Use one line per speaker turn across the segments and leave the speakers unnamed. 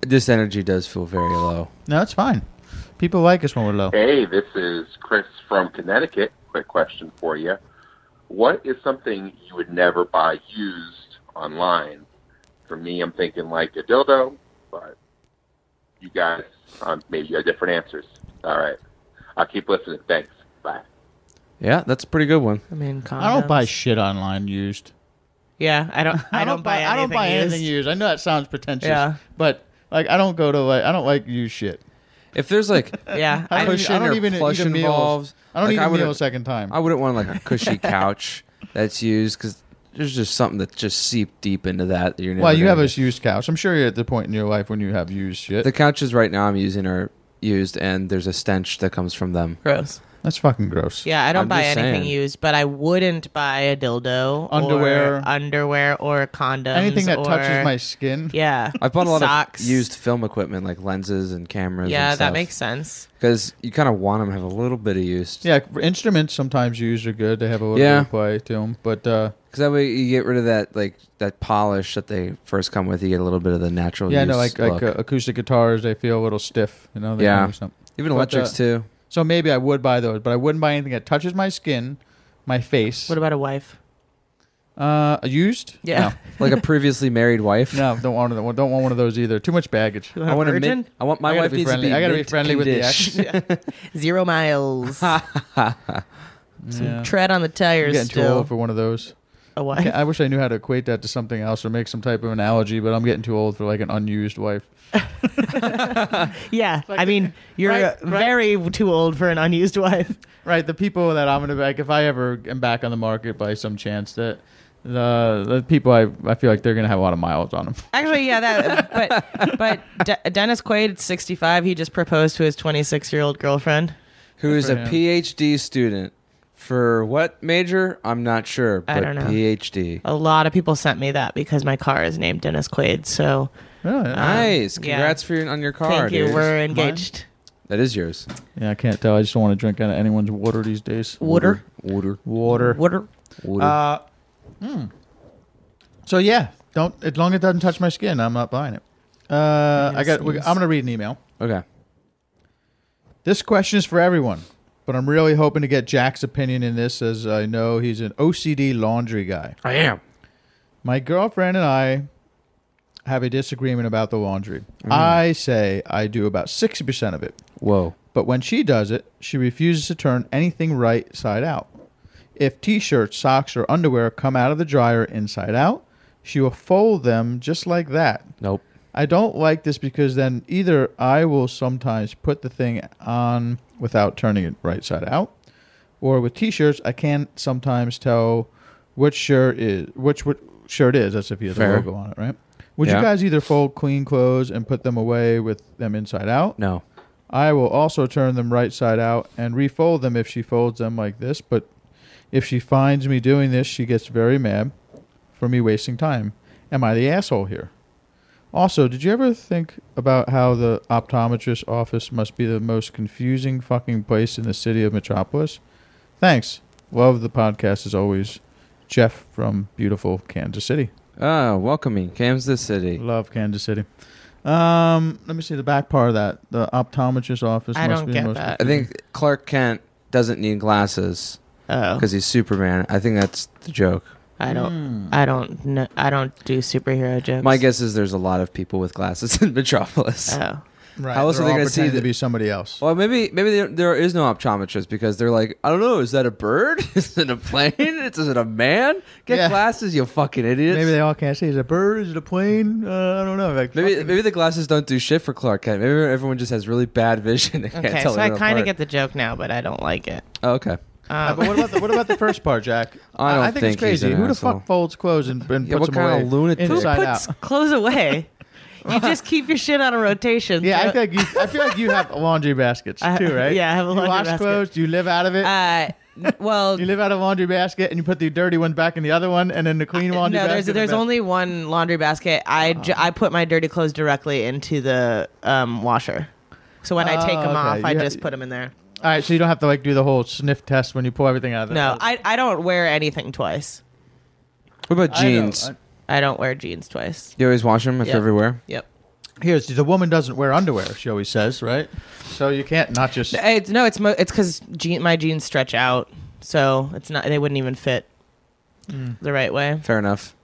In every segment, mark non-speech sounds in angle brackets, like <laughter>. This energy does feel very low.
No, it's fine. People like us when we're low.
Hey, this is Chris from Connecticut. Quick question for you. What is something you would never buy used online? For me, I'm thinking like a dildo, but you guys um, maybe you have different answers. All right. I'll keep listening. Thanks. Bye.
Yeah, that's a pretty good one.
I mean, condoms.
I don't buy shit online used.
Yeah, I don't. I, don't, buy.
<laughs> I don't buy
used.
anything used. I know that sounds pretentious.
Yeah.
But like, I don't go to like, I don't like used shit.
If there's
<laughs>
like
Yeah,
I
I,
don't,
push
even- I
in
don't
or
even
plush
eat a meal.
involved,
I don't
like,
eat
I
a meal
wouldn't-
a second time.
I wouldn't want like a cushy couch that's used because there's just something that just seeped deep into that. that you're never
well, you
gonna
have a
get.
used couch. I'm sure you're at the point in your life when you have used shit.
the couches right now I'm using are used, and there's a stench that comes from them.
gross.
That's fucking gross.
Yeah, I don't
I'm
buy
just
anything
saying.
used, but I wouldn't buy a dildo,
Underwear.
or underwear, or condoms,
Anything that
or,
touches my skin.
<laughs> yeah.
I've bought a lot
Socks.
of used film equipment like lenses and cameras.
Yeah, that makes sense.
because you kind of want them to have a little bit of use.
Yeah, instruments sometimes used are good. They have a little
Yeah.
bit of play to them, but uh,
because that way you get rid of that like that polish that they first come with. You get a little bit of the natural.
yeah,
use
no, like like
look.
uh, acoustic guitars, they feel a little stiff. You know, they
Yeah.
do something.
even
but,
electrics
uh,
too.
So maybe I would buy those, but I wouldn't buy anything that touches my skin, my face.
What about a wife?
Uh, used?
Yeah.
<laughs>
Like a previously married wife.
No, no, don't want one- don't want one of those either. Too much baggage.
You
I want
want a
to.
virgin?
Mid- I want my
I gotta
wife
be
needs to
friendly-
be.
I gotta be friendly with the
mid-condition.
<laughs>
Zero miles.
Yeah.
<laughs> Tread on the
I'm
tires.
getting too
still.
old for one of those.
a wife.
I, I wish I knew how to equate that to something else or make some type of analogy, but I'm getting too old for like an unused wife.
<laughs> Yeah,
<laughs>
I mean, you're
right, right.
very too old for an unused wife.
Right, the people that I'm gonna like, if I ever am back on the market by some chance, that the the people I I feel like they're gonna have a lot of miles on them.
Actually, yeah, that.
<laughs>
But but De- Dennis Quaid, at 65, he just proposed to his 26 year old girlfriend.
who is
<laughs> for
a
him.
PhD student for what major? I'm not sure, but
I don't know. Um,
PhD.
A lot of people sent me that because my car is named Dennis Quaid. So Ah.
Nice.
yeah.
Congrats for your, on your car.
thank you.
dude.
We're engaged.
That is yours.
Yeah, I can't tell. I just don't want to drink out of anyone's water these days.
Water.
Water.
Water.
Water.
Water.
Uh, hmm. So yeah, don't as long as it doesn't touch my skin, I'm not buying it. Uh, I got. we- I'm gonna read an email.
okay.
This question is for everyone, but I'm really hoping to get Jack's opinion in this, as I know he's an OCD laundry guy.
I am.
My girlfriend and I have a disagreement about the laundry.
Mm.
I say I do about sixty percent of it.
Whoa.
But when she does it, she refuses to turn anything right side out. If t shirts, socks, or underwear come out of the dryer inside out, she will fold them just like that.
Nope.
I don't like this because then either I will sometimes put the thing on without turning it right side out, or with t shirts, I can sometimes tell which shirt is which what shirt is. That's if he has
Fair.
a logo on it, right? Would
Yeah.
you guys either fold clean clothes and put them away with them inside out?
No.
I will also turn them right side out and refold them if she folds them like this. But if she finds me doing this, she gets very mad for me wasting time. Am I the asshole here? Also, did you ever think about how the optometrist office must be the most confusing fucking place in the city of Metropolis? Thanks. Love the podcast as always. Jeff from beautiful Kansas City.
Ah, welcoming Kansas City.
Love Kansas City. Um, let me see the back part of that. The optometrist office
I
must
don't
be
get
the most
that.
I think Clark Kent doesn't need glasses
Oh,
because he's Superman. I think that's the joke.
I
Mm.
don't.
Hmm.
I don't. Know, I don't do superhero jokes.
My guess is there's a lot of people with glasses <laughs> in Metropolis.
Oh,
Right.
How else
they're
are they
all
gonna see
pretending to
that-
be somebody else?
Well, maybe maybe there- there is no optometrist because they're like, I don't know, is that a bird? <laughs> is it a
<laughs>
plane? Is it a man? Get
Yeah.
glasses, you fucking idiots.
Maybe they all can't see. Is it a bird? Is it a plane? Uh, I don't know. Like,
Maybe,
fucking-
maybe
<laughs>
the glasses don't do shit for Clark Kent. Maybe everyone just has really bad vision. They <laughs> can't
okay.
tell
So I
it
kind
apart.
of get the joke now, but I don't like it.
Oh,
Um,
okay.
Uh, but what about the, what about the first
<laughs>
part, Jack?
I don't
I think,
think
it's crazy.
he's an
Who the
asshole.
fuck folds clothes and, and
Yeah,
puts
what
them
kind
away
of lunatic? Who
inside out?
Puts
<laughs>
clothes away. You just keep your shit on a rotation.
Yeah, I
Throw-
think you, I feel like you
<laughs>
have laundry baskets
I-
too, right?
yeah, I have a laundry
you wash
basket.
clothes. You live out of it.
Uh, well,
you live out of a laundry basket, and you put the dirty one back in the other one, and then the clean laundry.
Uh,
basket
no,
in
there's
the
there's
back. Uh-huh.
only one laundry basket. I, j- I put my dirty clothes directly into the um, washer. So when I take
Oh,
them
okay.
off, I
You ha-
just put them in there.
All right, so you don't have to like do the whole sniff test when you pull everything out of the.
No, I, I don't wear anything twice.
What about
I know.
jeans?
I-
I don't wear jeans twice.
you always wash them. It's
Yep.
everywhere.
Yep.
Here's the woman doesn't wear underwear. She always says, right? So you can't not just.
It's, no, it's mo- it's because je- my jeans stretch out, so it's not they wouldn't even fit
Mm.
the right way.
Fair enough.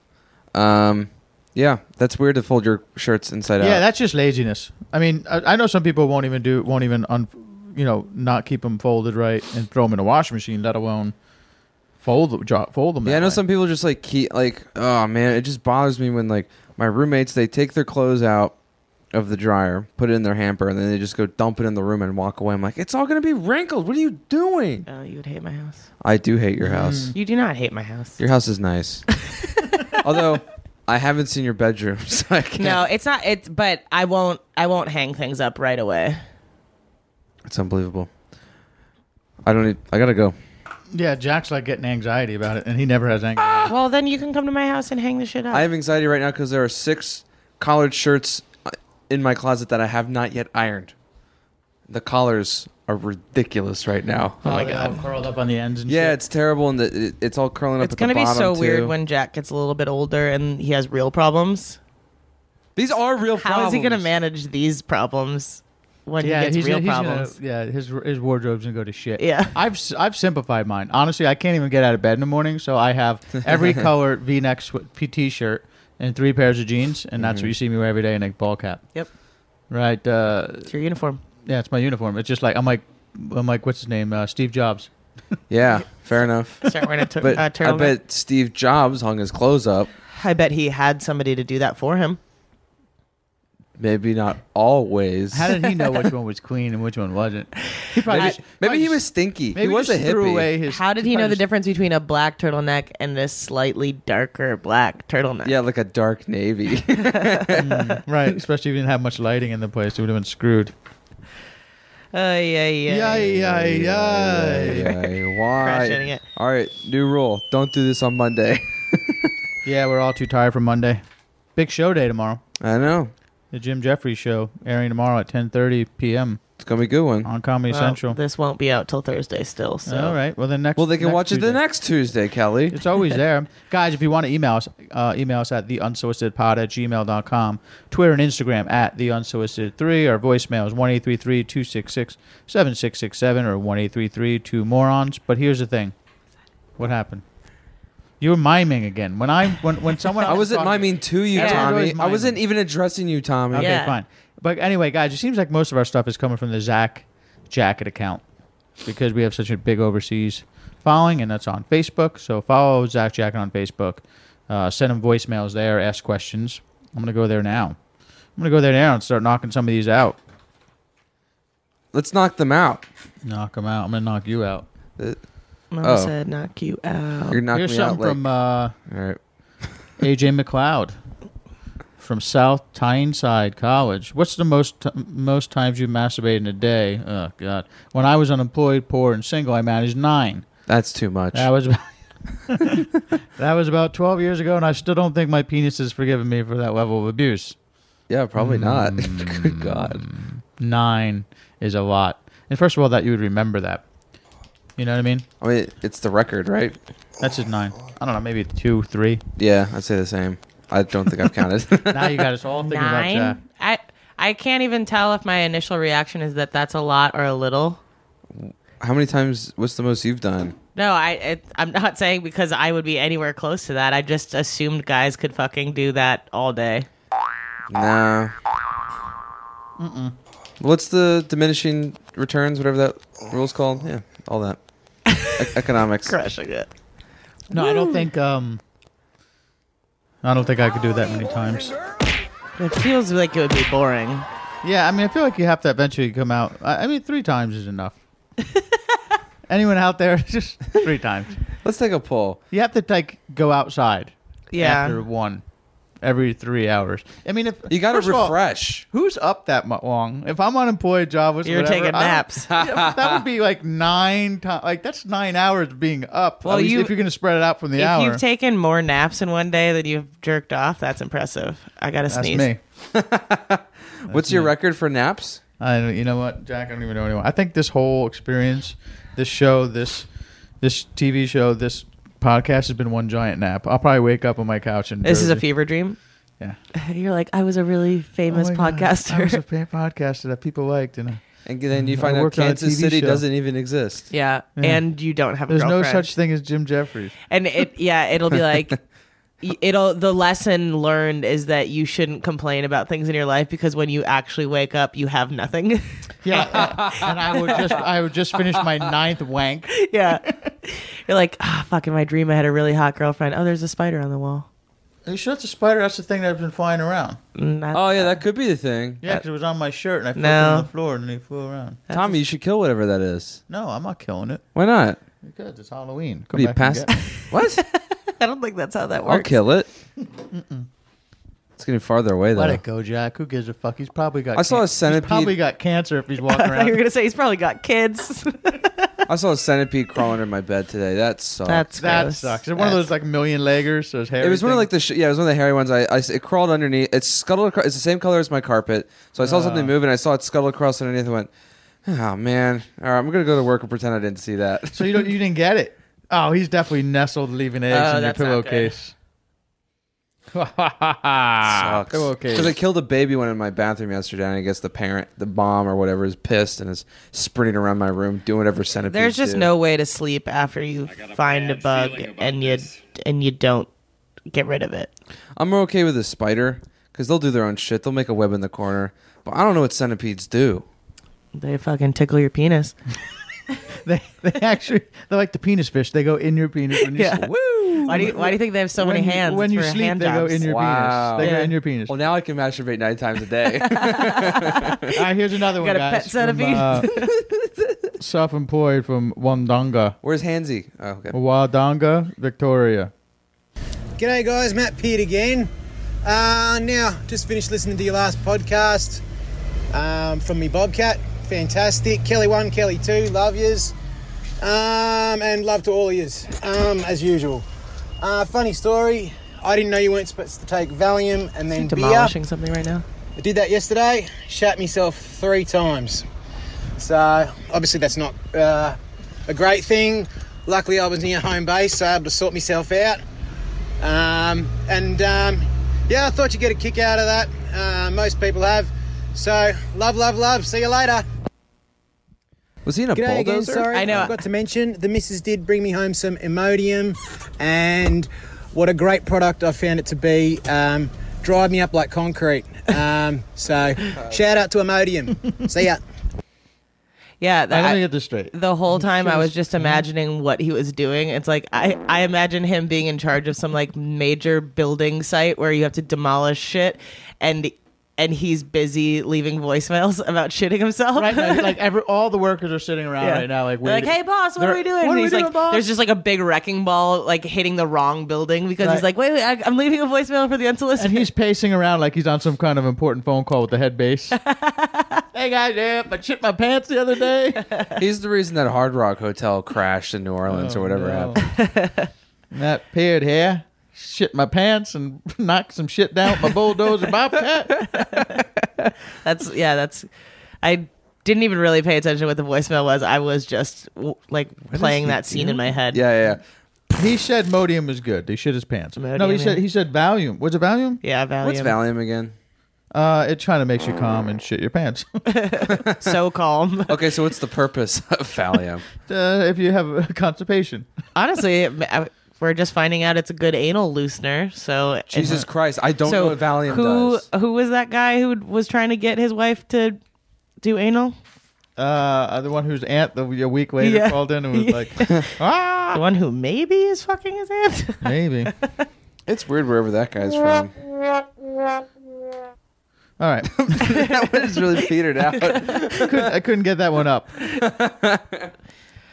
Um, yeah, that's weird to fold your shirts inside out.
Yeah, that's just laziness. I mean, I, I know some people won't even do, won't even, un, you know, not keep them folded right and throw them in a washing machine, let alone fold them, drop, fold them.
Yeah, I
that
know
way.
some people just like keep like oh man, it just bothers me when like my roommates they take their clothes out of the dryer, put it in their hamper, and then they just go dump it in the room and walk away. I'm like, it's all gonna be wrinkled. What are you doing?
Oh, you would hate my house.
I do hate your house.
You do not hate my house.
Your house is nice, although I haven't seen your bedroom, <laughs> so I can't.
No, it's not. It's but I won't. I won't hang things up right away.
It's unbelievable. I don't. Need, I gotta go.
Yeah, Jack's like getting anxiety about it, and he never has anxiety.
Well, then you can come to my house and hang the shit up.
I have anxiety right now because there are six collared shirts uh, in my closet that I have not yet ironed. The collars are ridiculous right now.
oh my god.
curled up on the ends. And
Yeah,
shit.
it's terrible, and the, it, it's all curling up.
It's
at the
gonna be
bottom,
so
too.
weird when Jack gets a little bit older and he has real problems.
these are real
How
problems.
is he gonna manage these problems when
yeah,
he gets
he's
real
gonna, he's gonna-
problems?
yeah, his his wardrobe's gonna go to shit.
Yeah.
I've s- I've simplified mine. Honestly, I can't even get out of bed in the morning, so I have every color V-neck sw- p- t-shirt and three pairs of jeans, and that's what you see me wear every day, and a ball cap.
Yep.
Right. Uh,
It's your uniform.
yeah, it's my uniform. It's just like I'm like I'm like what's his name? Uh, Steve Jobs.
Yeah, fair enough.
Start wearing a, tur-
But
<laughs> uh,
I
turtleneck.
bet Steve Jobs hung his clothes up.
I bet he had somebody to do that for him.
Maybe not always.
How did he know which one was clean and which one wasn't? He probably
maybe,
just-
maybe
probably
he
just-
was stinky.
maybe
he was a
just
hippie.
threw away his.
How did he know
probably
the
just-
difference between a black turtleneck and this slightly darker black turtleneck?
Yeah, like a dark
<laughs>
navy. <laughs>
<laughs> Right, especially if you didn't have much lighting in the place, it would have been screwed.
Ay, ay, ay.
yeah, yeah.
Yay, Why?
Crushing it.
All right, new rule: don't do this on Monday. <laughs>
Yeah, we're all too tired for Monday. Big show day tomorrow.
I know
The Jim Jeffries show airing tomorrow at 10:30 p.m.
it's gonna be a good one.
on Comedy
Well,
Central.
This won't be out till Thursday still. So.
all right. Well, then next.
Well, they can
next
watch it the
Tuesday.
next Tuesday, Kelly.
It's always there. Guys, if you want to email us, uh, email us at theunsolicitedpod at gmail.com, Twitter and Instagram at theunsolicited3. Our voicemail is 1 266 7667 or 1 2 morons. But here's the thing what happened? You were miming again. When I when when
<laughs>
someone
I wasn't miming to you,
Yeah.
Tommy.
Everyone's
I wasn't
miming.
even addressing you, Tommy.
Okay,
Yeah.
fine. But anyway, guys, it seems like most of our stuff is coming from the Zach Jacket account because we have such a big overseas following, and that's on Facebook. So follow Zach Jacket on Facebook. Uh, send him voicemails there. Ask questions. I'm gonna go there now. I'm gonna go there now and start knocking some of these out.
Let's knock them out.
Knock them out. I'm gonna knock you out.
Mama
Oh.
said knock you out.
You're knocking
Here's
me out.
something
Like,
from uh,
all right.
AJ McLeod from South Tyneside College. What's the most t- most times you masturbate in a day? Oh God! When I was unemployed, poor, and single, I managed nine.
That's too much.
That was about, <laughs> that was about twelve years ago, and I still don't think my penis has forgiven me for that level of abuse.
yeah, probably not. <laughs>
Mm.
Good God.
Nine is a lot, and first of all, that you would remember that. You know what I mean?
I mean, it's the record, right?
That's just nine. I don't know, maybe two, three.
Yeah, I'd say the same. I don't think I've counted. <laughs>
Now you got us all thinking about that.
Nine. I I can't even tell if my initial reaction is that that's a lot or a little.
How many times? What's the most you've done?
No, I it, I'm not <laughs> saying because I would be anywhere close to that. I just assumed guys could fucking do that all day.
No. Mm-mm. What's the diminishing returns? Whatever that rule's called. Yeah, all that. E-
<laughs>
economics.
Crushing it.
No, I don't think. Um, I don't think I could do that many times.
It feels like it would be boring.
Yeah, I mean, I feel like you have to eventually come out. I, I mean, three times is
<laughs>
enough. Anyone out there? <laughs> Just three times.
Let's take a poll.
You have to like go outside.
Yeah.
After one, every three hours. I mean, if
You got to
first of all,
refresh.
who's up that mu- long? If I'm unemployed, jobless,
You're
whatever,
taking
I don't-
naps.
<laughs> Yeah, that would be like nine times. Like that's nine hours being up.
Well,
Well,
you-
if you're going to spread it out from the
if
hour,
you've taken more naps in one day than you've jerked off, that's impressive. I gotta
that's
sneeze.
me.
What's your record for naps?
I don't, you know what, Jack? I don't even know anyone. I think this whole experience, this show, this this TV show, this podcast has been one giant nap. I'll probably wake up on my couch and
This is a fever dream.
Yeah.
<laughs> You're like, I was a really famous
Oh my God, I was <laughs>
podcaster.
a fan podcaster that people liked, and I-
And then you
I
find out
worked Mm-hmm. on a
Kansas
TV
City
show.
doesn't even exist.
yeah. and you don't have a
there's no
girlfriend.
such thing as Jim Jeffries.
and it yeah it'll
<laughs>
be like y- it'll the lesson learned is that you shouldn't complain about things in your life because when you actually wake up you have nothing <laughs>
Yeah, and I would just I would just finish my ninth wank.
yeah
<laughs>
you're like ah fuck in my dream i had a really hot girlfriend oh there's a spider on the wall
Are you sure that's a spider? That's the thing that's been flying around.
Mm, that-
Oh yeah, that could be the thing.
Yeah, 'cause it was on my shirt and I flipped
No.
it on the floor and it flew around.
Tommy, you should kill whatever that is.
No, I'm not killing it
Why not?
because it's Halloween.
What
Come
do you
back
pass?
and get me.
<laughs>
<laughs>
What?
<laughs> i don't think that's how that
I'll
works
kill it. it's getting farther away though.
Let it go, Jack. Who gives a fuck? He's probably got.
I saw a
he's
centipede-
probably got cancer if
<laughs>
he's walking
<laughs> I thought you were
around.
gonna say he's probably got kids. <laughs>
I saw a centipede crawling in my bed today. That sucked.
That's
That
gross.
sucks. Is it one of those like million leggers? So his hair.
it was one of like the sh- yeah, it was one of the hairy ones. I, I s- it crawled underneath. It scuttled. Across, it's the same color as my carpet. So I
Ah.
saw something move and I saw it scuttle across underneath and went, oh man. All right, I'm gonna go to work and pretend I didn't see that.
So you don't. You didn't get it. Oh, he's definitely nestled, leaving eggs
Oh,
in your
that's not good.
pillowcase.
Sucks.
<laughs> pillowcase.
Because I killed a baby one in my bathroom yesterday, and I guess the parent, the mom or whatever, is pissed and is sprinting around my room doing whatever centipedes.
There's just
do.
no way to sleep after you find a bug and you and you don't get rid of it.
I'm okay with a spider because they'll do their own shit. They'll make a web in the corner, but I don't know what centipedes do.
They fucking tickle your penis.
they, they actually they're like the penis fish. They go in your penis when you
Yeah.
sleep.
Why do you Why do you think they have so many
When you-
hands?
when you
for
sleep,
hand
they go
jobs?
in your
Wow.
penis. They
Yeah.
go in your penis.
Well, now I can masturbate nine times a
<laughs>
day. <laughs>
All right, here's another one,
Got a pet
guys. from,
centipede?
uh,
<laughs>
self-employed from Wandonga,
Where's Hansy? Oh, okay.
Wadonga, Victoria.
G'day, guys. Matt Peart again. Uh, now, just finished listening to your last podcast um, from me, Bobcat. Fantastic. Kelly 1, Kelly 2, love yous. Um, and love to all of yous, um, as usual. Uh, funny story. I didn't know you weren't supposed to take Valium and then beer.
demolishing something right now.
I did that yesterday. Shat myself three times. So obviously that's not uh, a great thing. Luckily I was near home base, so I was able to sort myself out. Um, and um, yeah, I thought you'd get a kick out of that. Uh, most people have. So love, love, love. See you later.
Was he in a
G'day again,
bulldozer?
sorry.
I know.
Forgot to mention, the missus did bring me home some Imodium, and what a great product I found it to be. Um, dried me up like concrete. Um,
<laughs>
so, shout out to Imodium. See ya.
Yeah,
I
that,
gotta get this straight.
the whole time I was just imagining what he was doing. It's like I I imagine him being in charge of some like major building site where you have to demolish shit, and and he's busy leaving voicemails <laughs> about shitting himself.
Right
<laughs>
now, like every all the workers are sitting around
Yeah.
right now, like
They're like,
waiting.
hey boss, what
They're-
are we doing?
What
And
are we
he's
doing,
like,
boss?
there's just like a big wrecking ball, like hitting the wrong building because
Right.
he's like, wait, wait, I, I'm leaving a voicemail for the unsolicited.
and he's pacing around like he's on some kind of important phone call with the head <laughs> base. hey guys, yeah, I shit my pants the other day. <laughs>
He's the reason that Hard Rock Hotel crashed in New
Oh,
Orleans or whatever
No.
happened.
that paired hair, shit my pants and <laughs> knock some shit down with my bulldozer bobcat.
that's yeah, that's I didn't even really pay attention to what the voicemail was. I was just w- like playing that scene in my head.
Yeah, yeah, yeah.
He said Modium was good. He shit his pants. no, he
Modium,
said
yeah.
he said Valium. Was it Valium?
Yeah, Valium.
What's Valium again?
Uh, it kind of makes you calm and shit your pants. <laughs>
so calm.
<laughs> Okay, so what's the purpose of
<laughs>
Valium?
uh, if you have uh, constipation,
Honestly, I- we're just finding out it's a good anal loosener. So uh-huh.
Jesus Christ, I don't
so
know what Valium
who <laughs>
does.
who was that guy who was trying to get his wife to do anal?
uh, the one whose aunt the, a week later
Yeah.
called in and was
Yeah.
like, ah,
The one who maybe is fucking his aunt. <laughs>
maybe.
It's weird wherever that guy's from.
All
<laughs>
right, <laughs>
that one is really petered out.
couldn't, I couldn't get that one up. <laughs>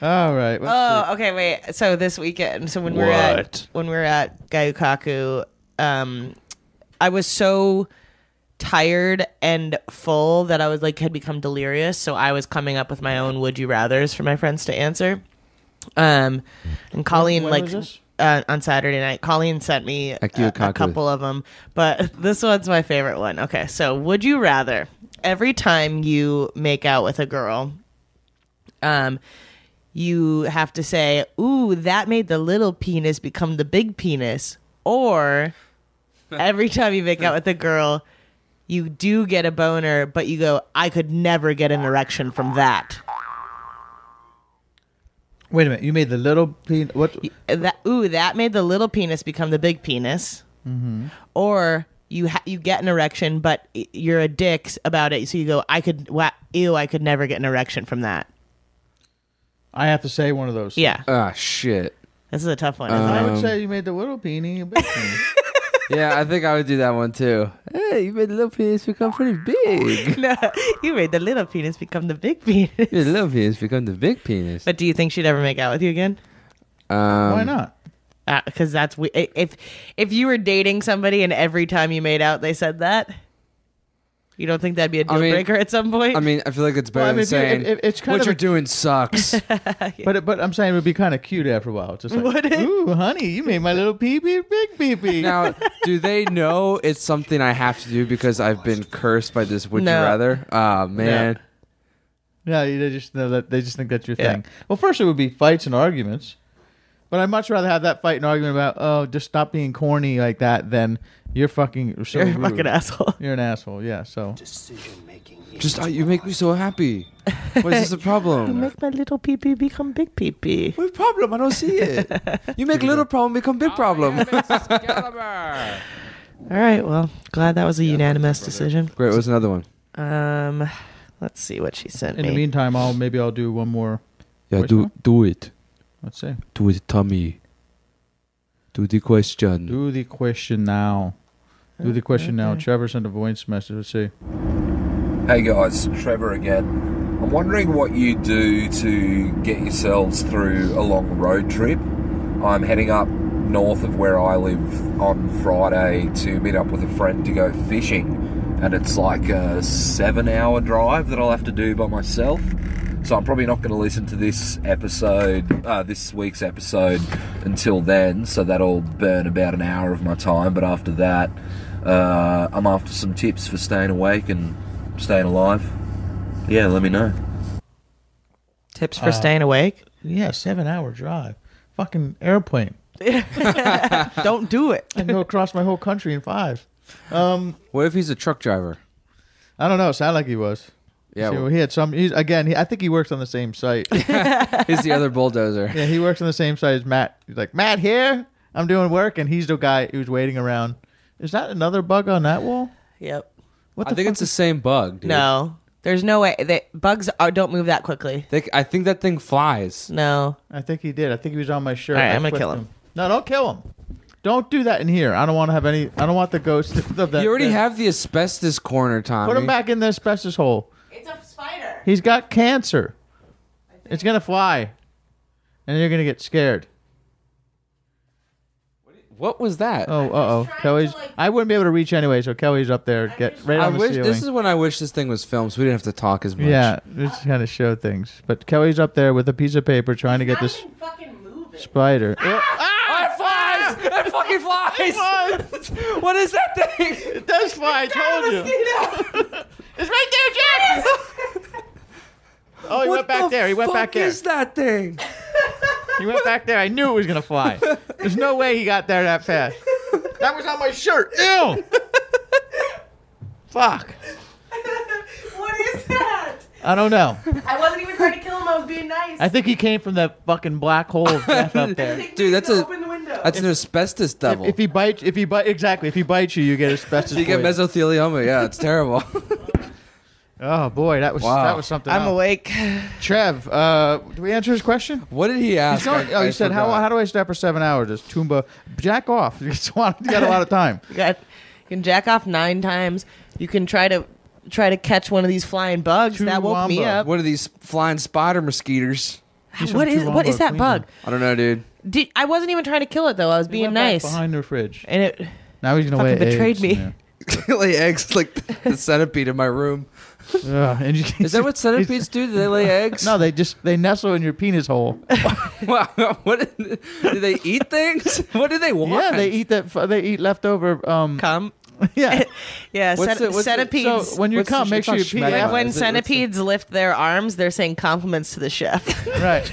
All right. let's
Oh, okay, wait. So this weekend, so when we we're at
What?
when we we're at Gayukaku, um, I was so tired and full that I was like had become delirious. So I was coming up with my own would you rather's for my friends to answer. Um, and Colleen
when
like
was this?
Uh, on Saturday night, Colleen sent me a, a
Gayukaku.
couple of them, but <laughs> this one's my favorite one. Okay, so would you rather every time you make out with a girl, um, you have to say, "Ooh, that made the little penis become the big penis," or every time you make out with a girl, you do get a boner, but you go, I could never get an erection from that.
Wait a minute. You made the little pe- what?
that ooh that made the little penis become the big penis
Mm-hmm.
or you ha- you get an erection but y- you're a dick s- about it so you go i could wow, ew i could never get an erection from that
I have to say one of those.
yeah
<laughs> Ah, shit.
this is a tough one
I
isn't
would
Um,
say you made the little peenie a big peenie.
Yeah, I think I would do that one too. Hey, you made the little penis become pretty big.
it? <laughs> no you made the little penis become the big penis
Your little penis become the big penis.
but do you think she'd ever make out with you again
Um,
Why not?
because that's we- i- if if you were dating somebody and every time you made out they said that you don't think that'd be a deal
mean-
breaker at some point
I mean, I feel like it's better
Well, I mean,
than
if you-
saying
if- if- it's kind
what
of
you're
a-
doing
<laughs>
sucks.
But but I'm saying it would be kind of cute after a while. It's Just <laughs> like,
Would it?
ooh, honey, you made my little pee pee big pee pee.
now, do they know it's something I have to do because I've been cursed by this? Would
No.
you rather? Oh man,
No, you- they just know that they just think that's your
Yeah.
thing. Well, first it would be fights and arguments, but I'd much rather have that fight and argument about oh, just stop being corny like that than you're fucking. You're, so
<laughs> you're a
rude.
mm-hmm.
fucking asshole
You're an asshole. Yeah. So
just oh, you make me so happy. What is this a
<laughs>
problem?
make my little pee pee become big pee pee
What problem? I don't see it. <laughs> You make little problem become big problem.
All right. Well, glad that was a unanimous decision.
Great. What's another one?
Um, let's see what she sent
in the
me.
meantime, I'll maybe I'll do one more.
Yeah,
Which one?
do it.
Let's see.
Do it, Tommy. Do the question.
Do the question now. Do the question now. Trevor sent a voice message. Let's see.
Hey guys, Trevor again. I'm wondering what you do to get yourselves through a long road trip. I'm heading up north of where I live on Friday to meet up with a friend to go fishing, and it's like a seven hour drive that I'll have to do by myself. So I'm probably not going to listen to this episode, uh, this week's episode, until then. So that'll burn about an hour of my time. But after that, uh, I'm after some tips for staying awake and staying alive. Yeah, let me know.
Tips for staying awake.
Yeah, seven hour drive. Fucking airplane.
Don't do it.
I can go across my whole country in five. Um,
What if he's a truck driver?
I don't know. Sound like he was.
Yeah,
So
well,
he had some. He's, again, he, I think he works on the same site.
he's the other bulldozer.
<laughs> Yeah, he works on the same site as Matt. He's like, Matt here. I'm doing work, and he's the guy who's waiting around. Is that another bug on that wall?
Yep.
What
I think it's the same bug. Dude.
No, there's no way that bugs are, don't move that quickly.
They, I think that thing flies.
<laughs> No.
I think he did. I think he was on my shirt.
All right,
I
I'm gonna
flipped
kill him.
No, don't kill him. Don't do that in here. I don't want to have any. I don't want the ghost <laughs> of that.
You already
that-
have the asbestos corner, Tommy.
Put him back in the asbestos hole.
It's a spider.
He's got cancer. It's gonna fly, and you're gonna get scared.
What was that?
Oh, uh oh.
trying to,
Kelly's.
like-
I wouldn't be able to reach anyway, so Kelly's up there. Get right
I
on the
wish
ceiling.
this is when I wish this thing was filmed, so we didn't have to talk as much.
Yeah, just kind of show things. But Kelly's up there with a piece of paper trying to get this
fucking move it.
spider.
Oh, it flies! It fucking flies! what is that
<laughs>
thing?
It does fly, I told you. it's right there, Jack. Oh, he went back there. He went back there.
is that thing?
<laughs> He went back there. I knew it was gonna fly. There's no way he got there that fast. That was on my shirt. Ew. Fuck.
<laughs> what is that?
I don't know.
I wasn't even trying to kill him. I was being nice.
I think he came from that fucking black hole of death up there.
<laughs>
Dude, that's a
the window.
that's an asbestos devil.
If he bites, if he bite, exactly. If he bites you, you get asbestos.
you get
poisoning.
mesothelioma, yeah,
<laughs>
it's terrible. <laughs>
Oh boy, that was
Wow.
that was something.
I'm
else.
awake.
Trev, uh, did we answer his question?
what did he ask?
He's going, oh,
I- I
he said, how,
forgot.
how do I stay up for seven hours? Just Toomba, jack off. <laughs> You just want- you got a lot of time.
You got you can jack off nine times. You can try to try to catch one of these flying bugs. that woke me
Chuwamba.
up.
One of these flying spider mosquitoes.
What is what is that
Chuwamba,
bug?
I don't know, dude. <laughs>
Did, I wasn't even trying to kill it though. I was
He
being
went back
nice.
behind the fridge.
And it
Now he's gonna
Fucking
lay eggs
betrayed me.
in
lay eggs
<laughs>
like the centipede in my room.
there. Ugh,
<laughs>
and you,
Is that what centipedes do? Do they lay eggs?
<laughs> No, they just they nestle in your penis
<laughs>
hole.
<laughs> Wow. What do they eat things? <laughs> What do they want?
yeah, they eat that. f- They eat leftover. Um,
come.
<laughs>
<laughs>
yeah.
Yeah,
What's
cent-
it- what's it-
So
centipedes.
when you
What's the
come,
sh-
make
it's
sure
not
you pee.
schmegma.
like
after-
when
is it- what's
centipedes lift their arms, they're saying compliments to the chef. <laughs>
right.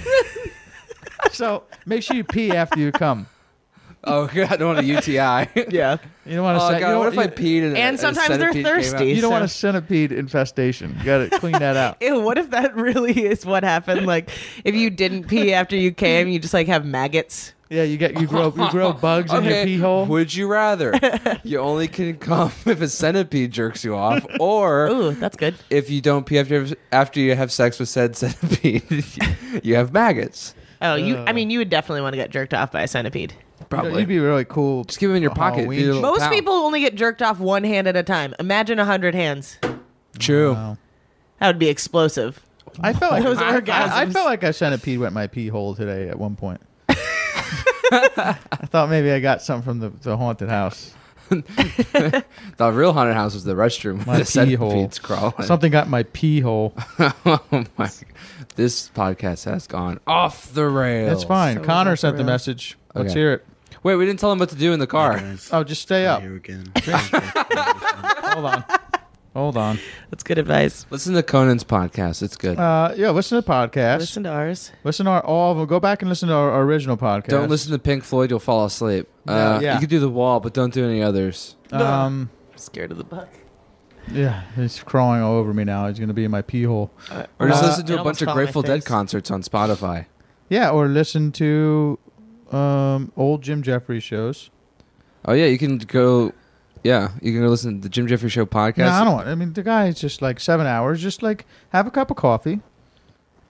so make sure you pee after you come.
<laughs> Oh god, I don't want a UTI.
<laughs>
yeah.
Yeah.
You don't want to
Oh
say.
god,
you don't,
what if I
you,
peed and,
And
a
sometimes they're
centipede came out?
thirsty.
You
<laughs>
don't want a
So-
centipede infestation. You got to clean that out.
Ew, what if that really is what happened? Like, if you didn't pee after you came, you just like have maggots.
Yeah, you get you grow you
<laughs>
grow bugs in your pee hole.
Would you rather? you only can come <laughs> if a centipede jerks you off, or
Ooh, that's good.
if you don't pee after after you have sex with said <laughs> centipede, you have maggots.
Oh, you.
Uh.
I mean, you would definitely want to get jerked off by a centipede.
Probably.
You'd be really cool.
Just keep them in your pocket.
Halloween
be a little
Most
pal.
people only get jerked off one hand at a time. Imagine a hundred hands.
True.
Wow.
That would be explosive.
I felt like
<laughs> Those
I,
orgasms.
I, I felt like a centipede went my pee hole today at one point. <laughs> I thought maybe I got something from the, the haunted house.
The real haunted house is the restroom.
My
where the
pee hole.
centipedes crawling.
Something got in my pee
<laughs>
hole.
oh my! This podcast has gone off the rails.
That's fine.
So
Connor
that's
sent the
real.
message. Let's
Okay.
hear it.
Wait, we didn't tell them what to do in the car.
Oh, just stay up.
Here again.
<laughs> Hold on. Hold on.
That's good advice.
Listen to Conan's podcast. It's good.
Uh, yeah, listen to the podcast. Listen,
Listen to ours.
to our, all of them. Go back and listen to our, our original podcast.
Don't listen to Pink Floyd; you'll fall asleep. uh,
yeah.
You could do the wall, but don't do any others.
Um,
I'm scared of the buck.
yeah, he's crawling all over me now. He's going to be in my pee hole.
Or just
Uh,
listen
it
to a
almost
bunch of
fell on my
Grateful Dead
face.
concerts on Spotify.
Yeah, or listen to um, old Jim Jeffries shows.
Oh yeah, you can go. Yeah, you can go listen to the Jim Jeffrey Show podcast.
No, I don't want. I mean, the guy's just like seven hours. Just like have a cup of coffee,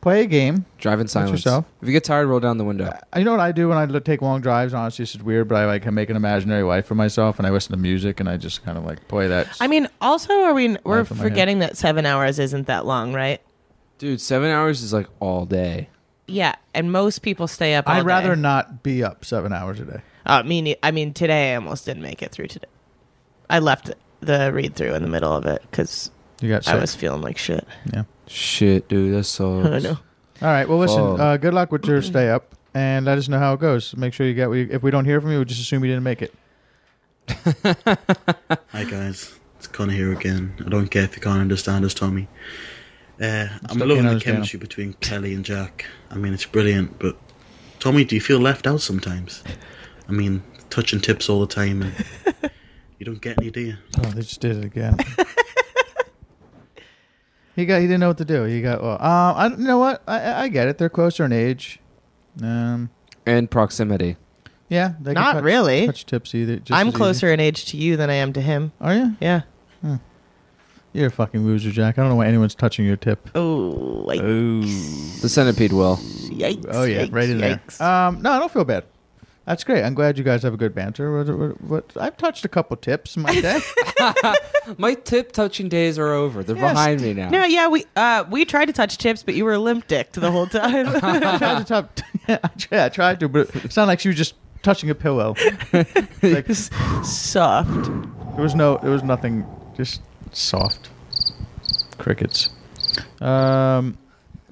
play a game.
Drive in silence.
yourself. Uh,
If you get tired, roll down the window.
You know what I do when I l- take long drives? Honestly, this is weird, but I like make an imaginary wife for myself, and I listen to music, and I just kind of like play that.
I mean, also, are we? We're
Life in my head.
forgetting that seven hours isn't that long, right?
Dude, seven hours is like all day.
Yeah, and most people stay up. All
I'd rather
Day.
not be up seven hours a day.
Uh, me ne- I mean, today I almost didn't make it through today. I left the read through in the middle of it because
You got sick.
I was feeling like shit.
Shit, dude, that's so.
<laughs> I know.
All right. Well, listen.
Fuck.
Uh, good luck with <clears throat> your stay up, and let us know how it goes. Make sure you get. We, if we don't hear from you, we just assume you didn't make it.
Hi guys, it's Connor here again. I don't care if you can't understand us, Tommy. Uh, I'm
Still can't
loving the
understand
chemistry between Kelly and Jack. I mean, it's brilliant, but Tommy, do you feel left out sometimes? I mean, touching tips all the time, and you don't get any, do you?
Oh, they just did it again. <laughs> he got. He didn't know what to do. He got. Well, um, I, you know what? I- I, I get it. They're closer in age. Um,
And proximity.
yeah, they can
Not
touch-
really.
Touch tips either. Just
I'm
as easy.
closer in age to you than I am to him.
Are you?
Yeah.
You're a fucking loser, Jack. I don't know why anyone's touching your tip.
Oh, like,
The centipede will.
yikes.
Oh yeah,
yikes,
right in
yikes.
there. Um, no, I don't feel bad. That's great. I'm glad you guys have a good banter. What, what, what, I've touched a couple tips in my day. <laughs>
My tip touching days are over. They're
Yes.
behind me now.
No, yeah, we uh we tried to touch tips, but you were limp dicked the whole
<laughs>
time. <laughs>
I tried to top. Yeah, I tried, I tried to, but it sounded like she was just touching a pillow. like there
Soft.
was no, there was nothing. Just soft crickets. Um,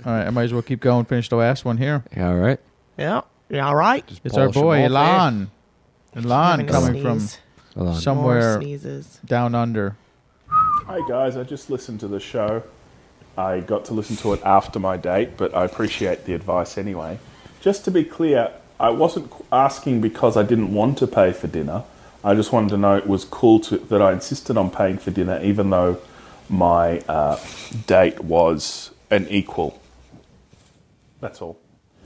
all right, I might as well keep going. Finish the last one here.
Yeah, all right.
Yeah. You all right?
It's our
Polish 'em
boy
off, eh?
Elon. Elon
Having a
coming from
sneeze.
Hold on.
More
somewhere
sneezes.
down under.
Hi guys, I just listened to the show. I got to listen to it after my date, but I appreciate the advice anyway. Just to be clear, I wasn't qu- asking because I didn't want to pay for dinner. I just wanted to know it was cool to, that I insisted on paying for dinner, even though my uh, date was an equal. That's all.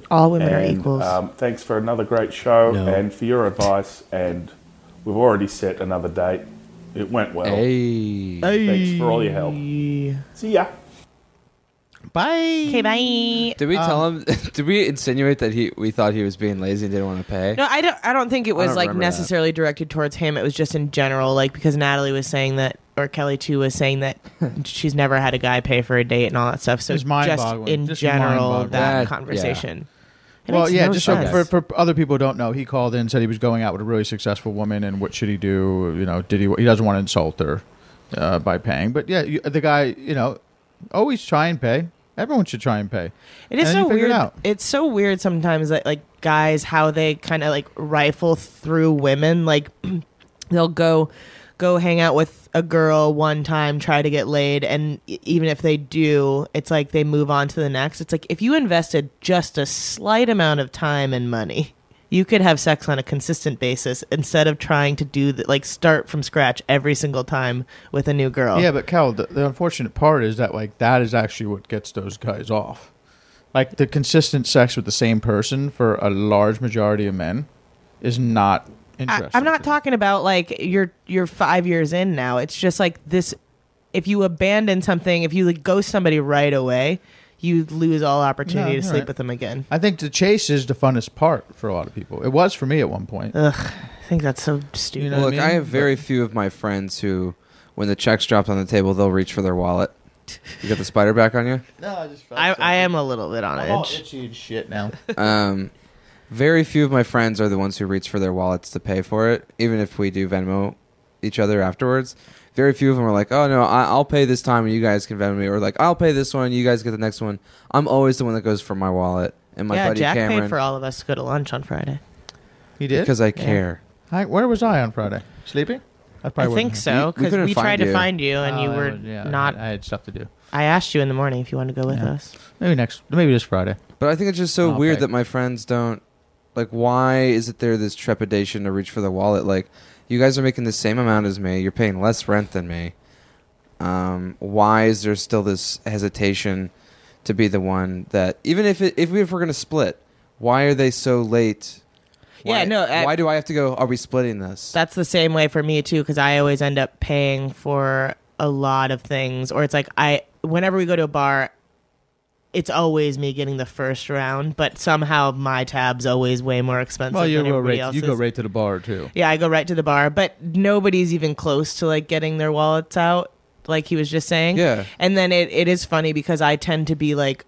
All women are
And,
equals.
Um, thanks for another great show and for your advice. And we've already set another date. It went well.
eh? Hey.
Thanks for all your help. See ya.
Bye.
okay, bye.
Did we tell him? <laughs> Did we insinuate that he we thought he was being lazy and didn't want to pay?
No, I don't. I don't think it was
don't
like
remember that.
necessarily directed towards him. It was just in general, like because Natalie was saying that, or Kelly too was saying that she's never had a guy pay for a date and all that stuff. So
It's
just
mind-boggling.
in
Just
general,
mind-boggling.
that
That-
conversation. It
Well,
makes
yeah,
no
just
sense.
so for, for other people who don't know, he called in and said he was going out with a really successful woman, and what should he do? You know, did he? He doesn't want to insult her uh, by paying, but yeah, you, the guy, you know, always try and pay. Everyone should try and pay.
It
And
is
then
so
you figure
weird.
It out.
It's so weird sometimes that like guys how they kind of like rifle through women. Like <clears throat> they'll go go hang out with a girl one time, try to get laid, and e- even if they do, it's like they move on to the next. It's like if you invested just a slight amount of time and money, you could have sex on a consistent basis instead of trying to do the, like start from scratch every single time with a new girl.
Yeah, but Cal, the, the unfortunate part is that like that is actually what gets those guys off. Like the consistent sex with the same person for a large majority of men is not
I,
interesting.
I'm not talking about like you're you're five years in now. It's just like this. If you abandon something, if you like ghost somebody right away, you lose all opportunity
No,
to
you're
sleep
right.
with them again.
I think the chase is the funnest part for a lot of people. It was for me at one
Uh,
point.
I think that's so stupid.
You know what
Look,
I
I
mean?
have very few of my friends who, when the check's dropped on the table, they'll reach for their wallet. You got the spider back on you?
No, I just felt
I, I am a little bit on edge.
itchy and shit <laughs> now.
Um, very few of my friends are the ones who reach for their wallets to pay for it, even if we do Venmo each other afterwards. Very few of them are like, "Oh no, I- I'll pay this time and you guys can Venmo me," or like, "I'll pay this one, you guys get the next one." I'm always the one that goes for my wallet and my
yeah,
buddy
Jack
Cameron
paid for all of us to go to lunch on Friday.
He did.
because I care.
I, where was I on Friday? Sleeping?
I
probably wasn't
think
here.
so
We- we
because we,
couldn't find
tried to
you.
find you and
Oh,
you
that
were
was- yeah,
not.
I,
I,
had stuff to do.
asked you in the morning if you wanted to go with us.
Maybe next. Maybe this Friday.
But I think it's just so
I'll
weird
pay.
that my friends don't like why is it there this trepidation to reach for the wallet? Like you guys are making the same amount as me, you're paying less rent than me. Um, why is there still this hesitation to be the one that even if it, if we if we're gonna split, why are they so late?
Yeah,
Why-
no, I-
why do I have to go? Are we splitting this?
That's the same way for me too, because I always end up paying for a lot of things, or it's like I whenever we go to a bar, it's always me getting the first round, but somehow my tab's always way more expensive.
Well, you
than
go
everybody
right. You
else's.
go right to the bar too.
Yeah, I go right to the bar, but nobody's even close to like getting their wallets out, like he was just saying.
Yeah.
And then it, it is funny because I tend to be like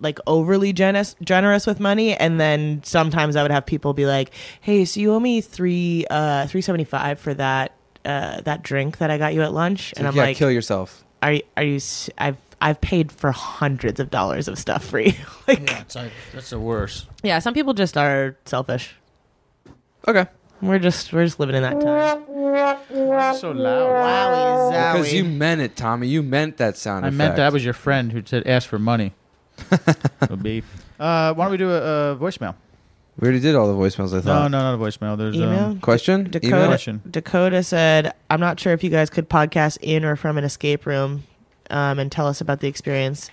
like overly generous generous with money and then sometimes I would have people be like, Hey, so you owe me three uh three seventy five for that uh that drink that I got you at lunch. and I'm
yeah,
like
kill yourself.
Are you are you s- I've I've paid for hundreds of dollars of stuff for you. <laughs> like yeah.
That's like that's the worst.
some people just are selfish.
Okay,
We're just we're just living in that time.
so loud.
because you meant it, Tommy. You meant that sound.
I meant
effect.
that was your friend who said ask for money. Would be. Uh, why don't we do a, a voicemail?
We already did all the voicemails. I
No, no,
thought.
not a voicemail. There's
Email?
Um,
Question.
Dakota
Email?
Question.
Dakota said, "I'm not sure if you guys could podcast in or from an escape room, um, and tell us about the experience.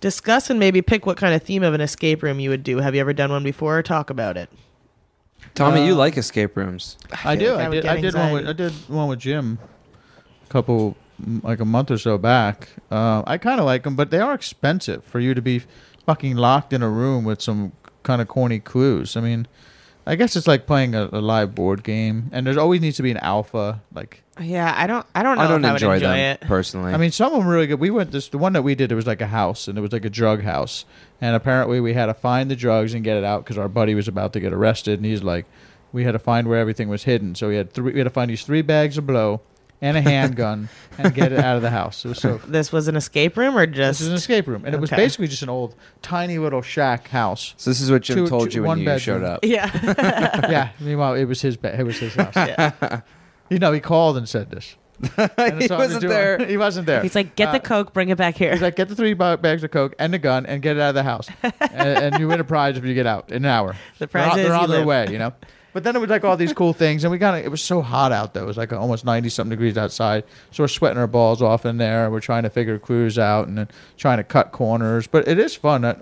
Discuss and maybe pick what kind of theme of an escape room you would do. Have you ever done one before? Talk about it.
Tommy,
Uh,
you like escape rooms.
I do.
like I
I
would
did.
get
I did one. With, I
anxiety.
did one with Jim, a couple m- like a month or so back. Uh, I kind of like them, but they are expensive for you to be fucking locked in a room with some kind of corny clues. I mean, I guess it's like playing a, a live board game, and there always needs to be an alpha. Like,
Yeah, I don't. I don't know
I don't
if I
enjoy,
would enjoy
them
it.
personally.
I mean, some of them really good. We went this the one that we did. It was like a house, and it was like a drug house, and apparently we had to find the drugs and get it out because our buddy was about to get arrested, and he's like, we had to find where everything was hidden. So we had three. We had to find these three bags of blow and a handgun and get it out of the house. It was so.
This was an escape room or
This is an
<laughs> just
escape room, and it was
Okay.
basically just an old tiny little
<laughs>
shack house.
So this is what Jim
Two-
told
two-
you when
one
you
bedroom.
showed up.
yeah.
yeah. Meanwhile, it was his. Ba- it was his house. You know, he called and said this. And
he
it's on the
wasn't
door.
there.
<laughs> he wasn't there.
<laughs> He's like, get the
Uh,
coke, bring it back here.
He's like, get the three ba- bags of coke and the gun and get it out of the house,
<laughs>
and, and you win a prize if you get out in an hour.
The
They're on-
prize is
they're
you
on their
live.
way, you
<laughs>
know. But then it was like all these cool things, and we got it was so hot out though. It was like almost ninety something degrees outside, so we're sweating our balls off in there. and We're trying to figure clues out and then trying to cut corners, but it is fun. I,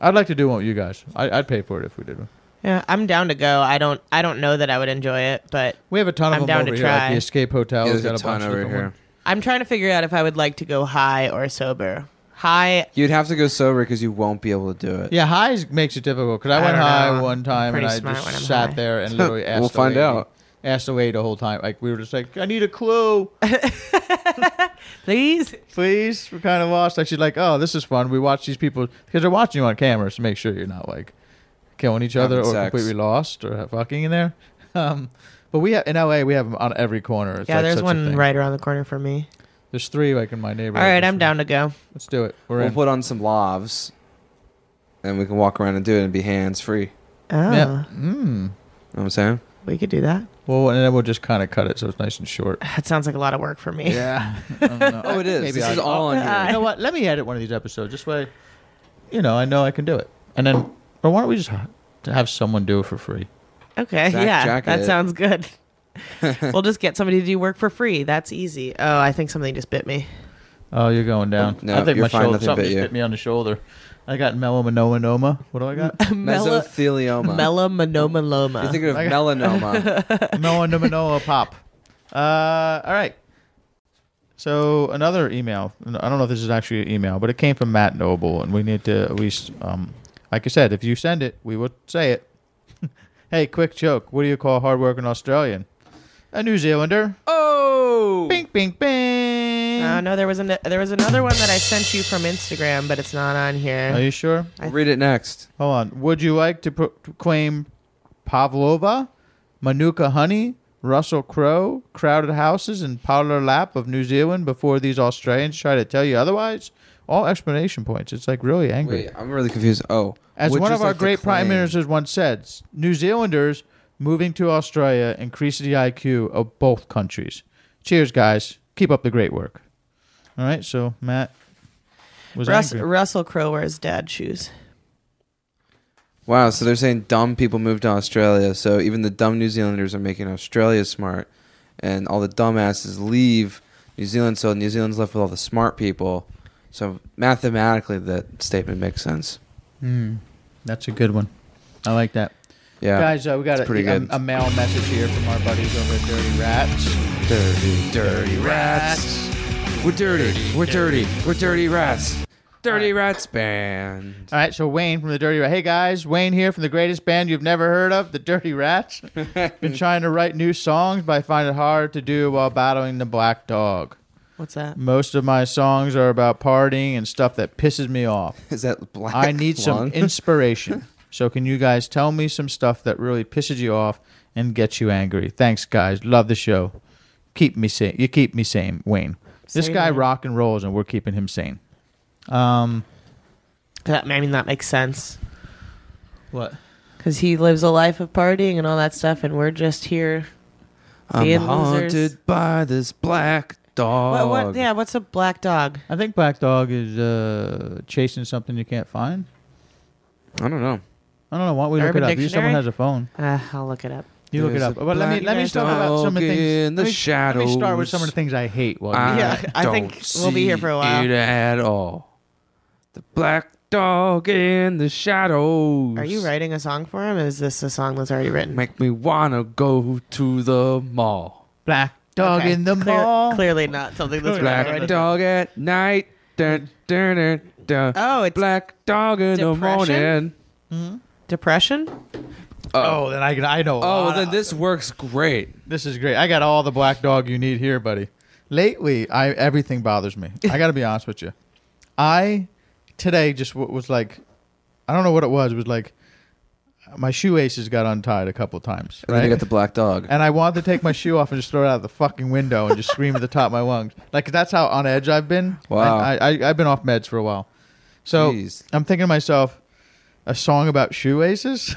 I'd like to do one with you guys. I, I'd pay for it if we did one.
<laughs> yeah, I'm down to go. I don't. I don't know that I would enjoy it, but
We have a ton of
I'm
them
down
over
to
here. Like
try.
the Escape Hotel
Yeah,
has
there's
got
a
a bunch
ton
of
over
different
here.
ones.
I'm trying to figure out if I would like to go high or sober. High,
You'd have to go sober because you won't be able to do it.
Yeah, high is- makes it difficult because I,
I
went
don't
high
know.
one time and
Pretty
I
smart when I'm
just sat
high.
there
<laughs>
and literally asked.
We'll
the
find
lady-
out.
Asked the lady the whole time. Like we were just like, I need a clue,
please.
please. We're kind of lost. Like she's like, oh, this is fun. We watch these people because they're watching you on cameras to make sure you're not like killing each other
Having
or
sex.
completely lost or fucking in there. <laughs> Um, but we have in LA, we have them on every corner. It's
Yeah,
like
there's
such a
one
thing.
right around the corner for me.
There's three like in my
All
neighborhood.
right, I'm down to go.
Let's do it. We're
We'll
in.
put on some lavs, and we can walk around and do it and be hands free. You
Oh,
Yeah. Mm.
know what I'm saying?
we could do that.
Well, and then we'll just kind of cut it so it's nice and short.
That sounds like a lot of work for me.
<laughs> Yeah.
<laughs> Oh, it is.
maybe
this
I-
is all
<laughs>
on you.
I-
you know what? Let me edit one of these episodes. This way, you know, I know I can do it. And then, or why don't we just have someone do it for free.
<laughs> Okay,
Zack
yeah,
Jacket.
that
<laughs>
sounds good. we'll just get somebody to do work for free. That's easy. Oh, I think something just
<laughs>
bit me.
Oh, you're going down.
No,
I think
you're
my
fine,
shoulder
nothing
something
bit
just
you.
bit me on the shoulder. I got melanomanoma. What do I got?
Mela-
Mesothelioma.
Melanomaloma.
You're
<laughs>
thinking of
I got- <laughs>
melanoma.
melanomanoma pop. <laughs> Uh, all right. So another email. I don't know if this is actually an email, but it came from Matt Noble, and we need to at least, um, like I said, if you send it, we will say it. <laughs> hey, quick joke. What do you call a hardworking Australian? A New Zealander.
oh.
Bing, bing, bing.
Oh no, there was an there was another one that I sent you from Instagram, but it's not on
Are
here.
you sure?
Read it next.
Hold on. Would you like to proclaim Pavlova, Manuka honey, Russell Crowe, crowded houses, and parlor lap of New Zealand before these Australians try to tell you otherwise? All explanation points. It's like really angry.
Wait, I'm really confused. Oh,
As
would
one
you
of our
like to
great prime
claim-
ministers once said, s- New Zealanders moving to Australia increases the IQ of both countries. Cheers, guys. Keep up the great work. All right, so Matt was
Russ,
angry.
Russell Crowe wears dad shoes.
Wow, so they're saying dumb people move to Australia. So even the dumb New Zealanders are making Australia smart, and all the dumbasses leave New Zealand. So New Zealand's left with all the smart people. So mathematically, that statement makes sense.
That's a good one. I like that.
Yeah,
Guys, uh, we got
pretty
a, a,
good.
a mail message here from our buddies over at Dirty Rats.
dirty, dirty rats. We're dirty. We're dirty. We're dirty rats. Dirty rats band.
All right, so Wayne from the Dirty Rats. Hey guys, Wayne here from the greatest band you've never heard of, the
<laughs>
Dirty Rats. Been trying to write new songs, but I find it hard to do while battling the black dog.
What's that?
Most of my songs are about partying and stuff that pisses me off.
<laughs> Is that black?
<laughs> I need some
lung?
inspiration. So can you guys tell me some stuff that really pisses you off and gets you angry? Thanks, guys. Love the show. Keep me sane. You keep me sane, Wayne. This
Sane,
guy
Wayne.
rock and rolls, and we're keeping him sane.
That I mean that makes sense
What?
because he lives a life of partying and all that stuff, and we're just here.
I'm
being
haunted
losers.
by this black dog.
What, what? Yeah. What's a black dog?
I think Black Dog is uh, chasing something you can't find.
I don't know.
I don't know. Why don't we look
Urban
it up? You- Someone
Dictionary?
has a phone.
Uh, I'll look it up.
You look it
There's
up.
a
But let me
black
let me talk about some of the
dog
things.
in the
let, me, let me start with some
shadows.
of the
Ah.
things I hate. While you-
I
Yeah, I
don't
think we'll be here for a while.
see It at all. The black dog in the shadows.
Are you writing a song for him? Or is this a song that's already written?
Make me wanna go to the mall.
Black Dog
Okay.
in the
Clear-
mall.
Clearly not something that's written
Black
already.
dog at night. Dun, dun, dun, dun.
Oh, it's
black dog in the
depression?
morning.
depression.
Oh, then I can I
Oh,
know. Ah. a lot
well, then
of-
this works great.
This is great. I got all the black dog you need here, buddy. Lately, I everything bothers me. I got to be honest with you. I today just w- was like, I don't know what it was. It was like my shoelaces got untied a couple times,
And then
right?
you got the black dog.
and I wanted to take my shoe off and just throw it out the fucking window and just scream at the top of my lungs. Like that's how on edge I've been.
Wow.
I, I, I've been off meds for a while. So
Jeez.
I'm thinking to myself, a song
<laughs>
about shoelaces?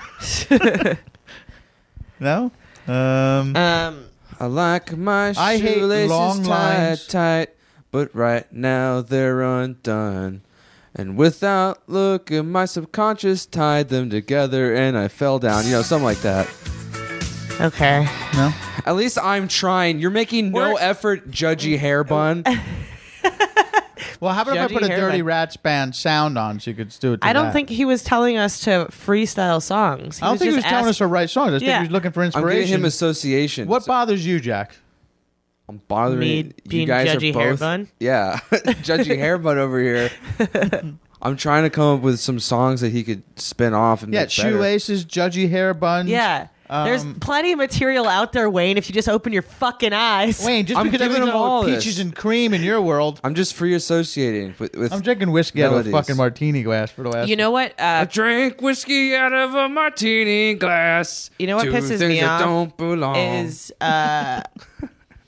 <laughs> no. Um,
Um.
I like my
I hate
shoelaces
long
tied
lines.
tight, but right now they're undone. And without looking, my subconscious tied them together, and I fell down. You know, something like that.
Okay.
no.
<laughs> At least I'm trying. You're making no
We're-
effort, judgy hair
<laughs>
bun.
Well, how about if I
Judgy
put a
hairline.
Dirty Rats band sound on so you could do it? To
I don't
that?
think he was telling us to freestyle songs.
I don't think he was
just
telling us
ask-
to write songs. I think
Yeah.
he was looking for
I'm
inspiration.
giving him association.
what bothers you, Jack?
I'm bothering
Me
you
being
guys
judgy
are both,
hair bun?
Yeah, <laughs> judgy hair bun over here.
<laughs>
I'm trying to come up with some songs that he could spin off and
Yeah,
make better.
shoelaces, judgy hair buns.
Yeah. There's
Um,
plenty of material out there, Wayne. If you just open your fucking eyes.
Wayne, just
I'm
because
giving
everything's
him
all
all
peaches
this.
and cream in your world,
I'm just free associating with. with
I'm drinking whiskey out of a
melodies.
fucking martini glass for the last.
You know what?
I
Uh,
drank whiskey out of a martini glass.
You know what
Two
pisses
things
me
that
off
Don't belong. <laughs>
is uh,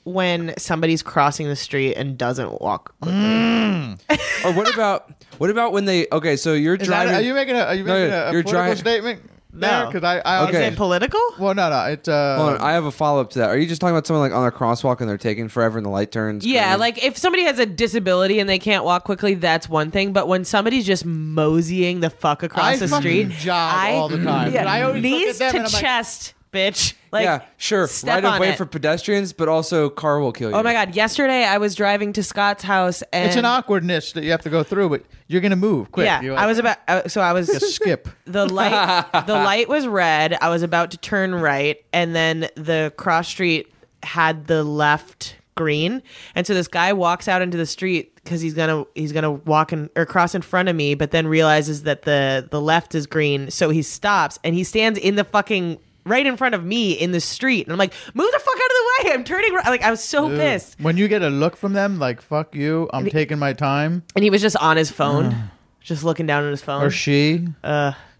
when somebody's crossing the street and doesn't walk. quickly.
Mm.
or Oh, what about what about when they? Okay, so you're
Is that-
driving.
are you making a are you
No,
making
yeah,
a, a
you're
political
dri-
statement? there
No.
because I, I
Is
Okay.
it political?
Well, no, no. It. Uh,
Hold on, I have a follow up to that. Are you just talking about someone like on a crosswalk and they're taking forever and the light turns?
Yeah,
green?
like if somebody has a disability and they can't walk quickly, that's one thing. But when somebody's just moseying the fuck across
I
the
fucking
street,
jog all the time,
Yeah,
but I always look at
knees
them
to
and I'm like-
chest, bitch. Like,
yeah, sure.
Step
Right of
on
way
it.
for pedestrians, but also car will kill you.
Oh my god! Yesterday I was driving to Scott's house and
it's an awkwardness that you have to go through, but you're gonna move quick.
Yeah,
You're
I
like,
was about. Uh, so I was
just skip.
the light the light was red i was about to turn right and then the cross street had the left green and so this guy walks out into the street because he's gonna he's gonna walk in or cross in front of me but then realizes that the the left is green so he stops and he stands in the fucking right in front of me in the street and i'm like move the fuck out of the way i'm turning right like i was so pissed
When you get a look from them, like "fuck you," I'm taking my time,
and he was just on
<sighs>
his phone just looking down at his phone Uh,
or she, <laughs>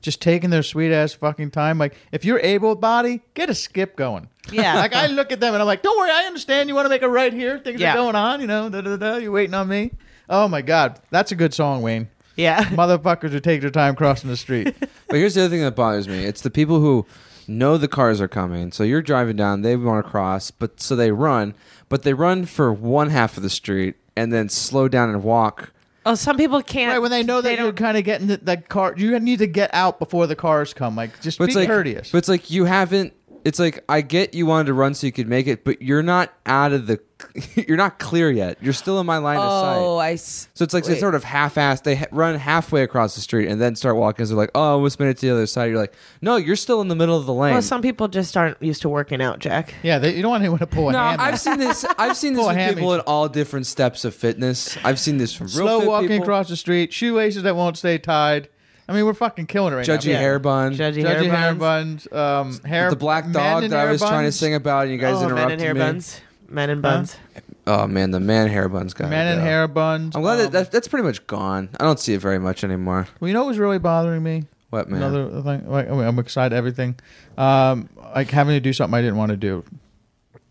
just taking their sweet ass fucking time. Like, if you're able body, get a skip going.
Yeah. <laughs>
like I look at them and I'm like, "Don't worry, I understand. You want to make a right here. Things
Yeah.
are going on. You know, da da da. You're waiting on me. Oh my god, that's a good song, Wayne.
yeah
Motherfuckers who take their time crossing the street.
But here's the other thing that bothers me: it's the people who know the cars are coming. So you're driving down, they want to cross, but so they run, but they run for one half of the street and then slow down and walk.
oh some people can't
Right when they know that you're kind of getting the, that car, you need to get out before the cars come. Like just
But
be
it's like,
courteous.
but it's like you haven't. It's like I get you wanted to run so you could make it, but you're not out of the. <laughs> You're not clear yet. You're still in my line of sight.
oh i s-
So it's like they
Wait.
sort of half-assed. They ha- run halfway across the street and then start walking. So they're like, "Oh, I almost made it to the other side." You're like, "No, you're still in the middle of the lane."
Well, some people just aren't used to working out, Jack.
yeah, they, you don't want anyone to pull a
no,
hand.
I've seen this. I've
<laughs>
seen this
Pull a
with
hammy.
people at all different steps of fitness. I've seen this from real
Slow
fit
walking
people,
across the street, shoelaces that won't stay tied. I mean, we're fucking killing it right
judgy
now.
hair bun,
Judgy,
Judgy
hair,
hair
buns.
buns, um, hair
the black
men
dog
in
that I
hair
was trying to
buns.
sing about, and you guys
Oh,
interrupted
men in hair
me.
buns. Men in buns.
Oh man, the man hair buns guy.
Men in hair buns.
I'm glad
um,
that, that that's pretty much gone. I don't see it very much anymore.
Well, Um, you know what was really bothering me?
What man?
Another thing. Like, I mean, I'm excited. Everything. Um, like having to do something I didn't want to do.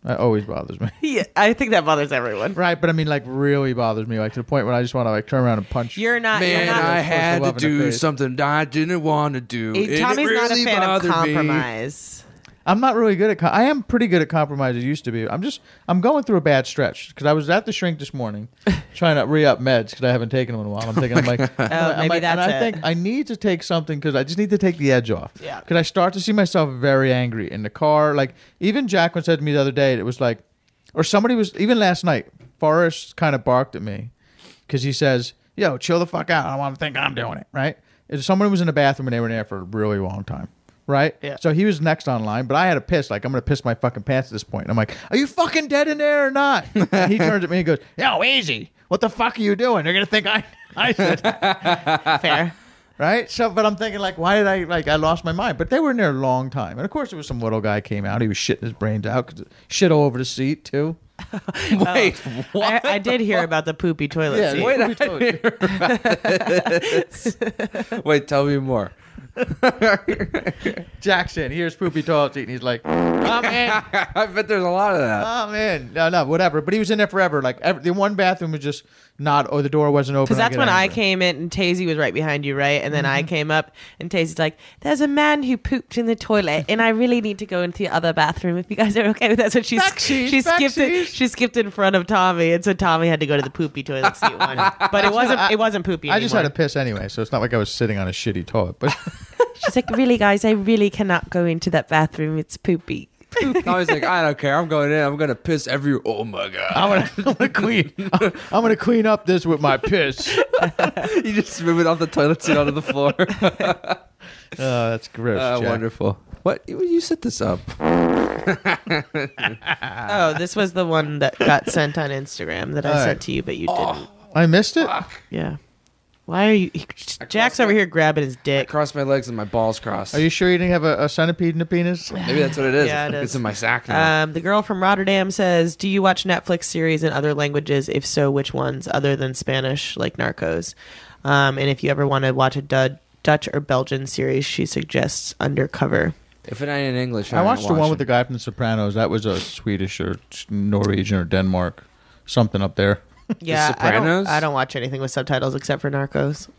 That always bothers
<laughs>
me.
Yeah, I think that bothers everyone.
right, but I mean, like, really bothers me. Like to the point where I just want to like turn around and punch.
You're not.
Man,
you're not
I
supposed to
had to
love in the
do
face.
something I didn't want to do. and
Eh,
it
Tommy's not a
really
fan of
bothered me. <laughs>
compromise.
I'm not really good at. Com- I am pretty good at compromise. I used to be. I'm just. I'm going through a bad stretch because I was at the shrink this
<laughs>
morning, trying to re up meds because I haven't taken them in a while. I'm thinking I'm like, I'm
Oh, maybe
like- and
that's
I
it.
think I need to take something because I just need to take the edge off.
Yeah.
Because I start to see myself very angry in the car. Like even Jacqueline said to me the other day, it was like, or somebody was even last night. Forrest kind of barked at me because he says, "Yo, chill the fuck out. I don't want to think I'm doing it." Right? If someone was in the bathroom and they were in there for a really long time, right?
Yeah.
So he was next online, but I had a piss. Like I'm gonna piss my fucking pants at this point. And I'm like, "Are you fucking dead in there or
<laughs>
not?" and he turns at me and goes, "Yo, easy. What the fuck are you doing? They're gonna think I." <laughs> I said,
Fair.
right? So, but I'm thinking, like, why did I, like, I lost my mind? But they were in there a long time. And of course, there was some little guy came out. He was shitting his brains out, 'cause- shit all over the seat,
<laughs>
too. <laughs>
Oh.
Wait,
I,
what?
I did hear about the poopy toilet seat.
wait, I didn't hear about this. Wait, tell me more.
Jackson, here's poopy toilet seat. And he's like, I'm in.
<laughs> I bet there's a lot of that.
I'm in. No, no, whatever. But he was in there forever. Like, every, the one bathroom was just not, or the door wasn't open.
Because
I
that's
get
when I
angry.
came in and Tazy was right behind you, right? And then
Mm-hmm.
I came up and Tazy's like, There's a man who pooped in the toilet and I really need to go into the other bathroom if you guys are okay with that. So she,
Backseat,
she skipped it
backseat.
she skipped in front of Tommy and so Tommy had to go to the poopy toilet seat
<laughs>
one. But it wasn't it wasn't poopy.
I just had
anymore.
a piss anyway, so it's not like I was sitting on a shitty toilet.
<laughs>
But
She's like, really, guys, I really cannot go into that bathroom. It's poopy.
I was like, I don't care. I'm going in. I'm gonna piss every. Oh my god!
I'm gonna, I'm gonna clean.
<laughs>
I'm gonna clean up this with my piss.
<laughs> you just move it off the toilet seat onto the <laughs> floor.
Oh, that's gross.
Uh,
Jack.
wonderful. What you, you set this up?
Ah.
oh, this was the one that got sent on Instagram that I
Alright. Oh.
sent to you, but you didn't.
I missed it.
Yeah. Why are you? he- Jack's over here grabbing his dick.
Cross my legs and my balls crossed.
Are you sure you didn't have a, a centipede in the penis?
Maybe that's what it is.
Yeah, it is.
It's in my sack now.
Um, the girl from Rotterdam says, "Do you watch Netflix series in other languages? If so, which ones other than Spanish, like Narcos? Um, and if you ever want to watch a Dud- Dutch or Belgian series, she suggests Undercover.
if it ain't in English, I,
I watched the
<laughs>
one with the
the.
guy from The Sopranos. That was a Swedish or Norwegian or Denmark, something up there.
Yeah, I don't-
Sopranos?
I don't watch anything with subtitles except for Narcos.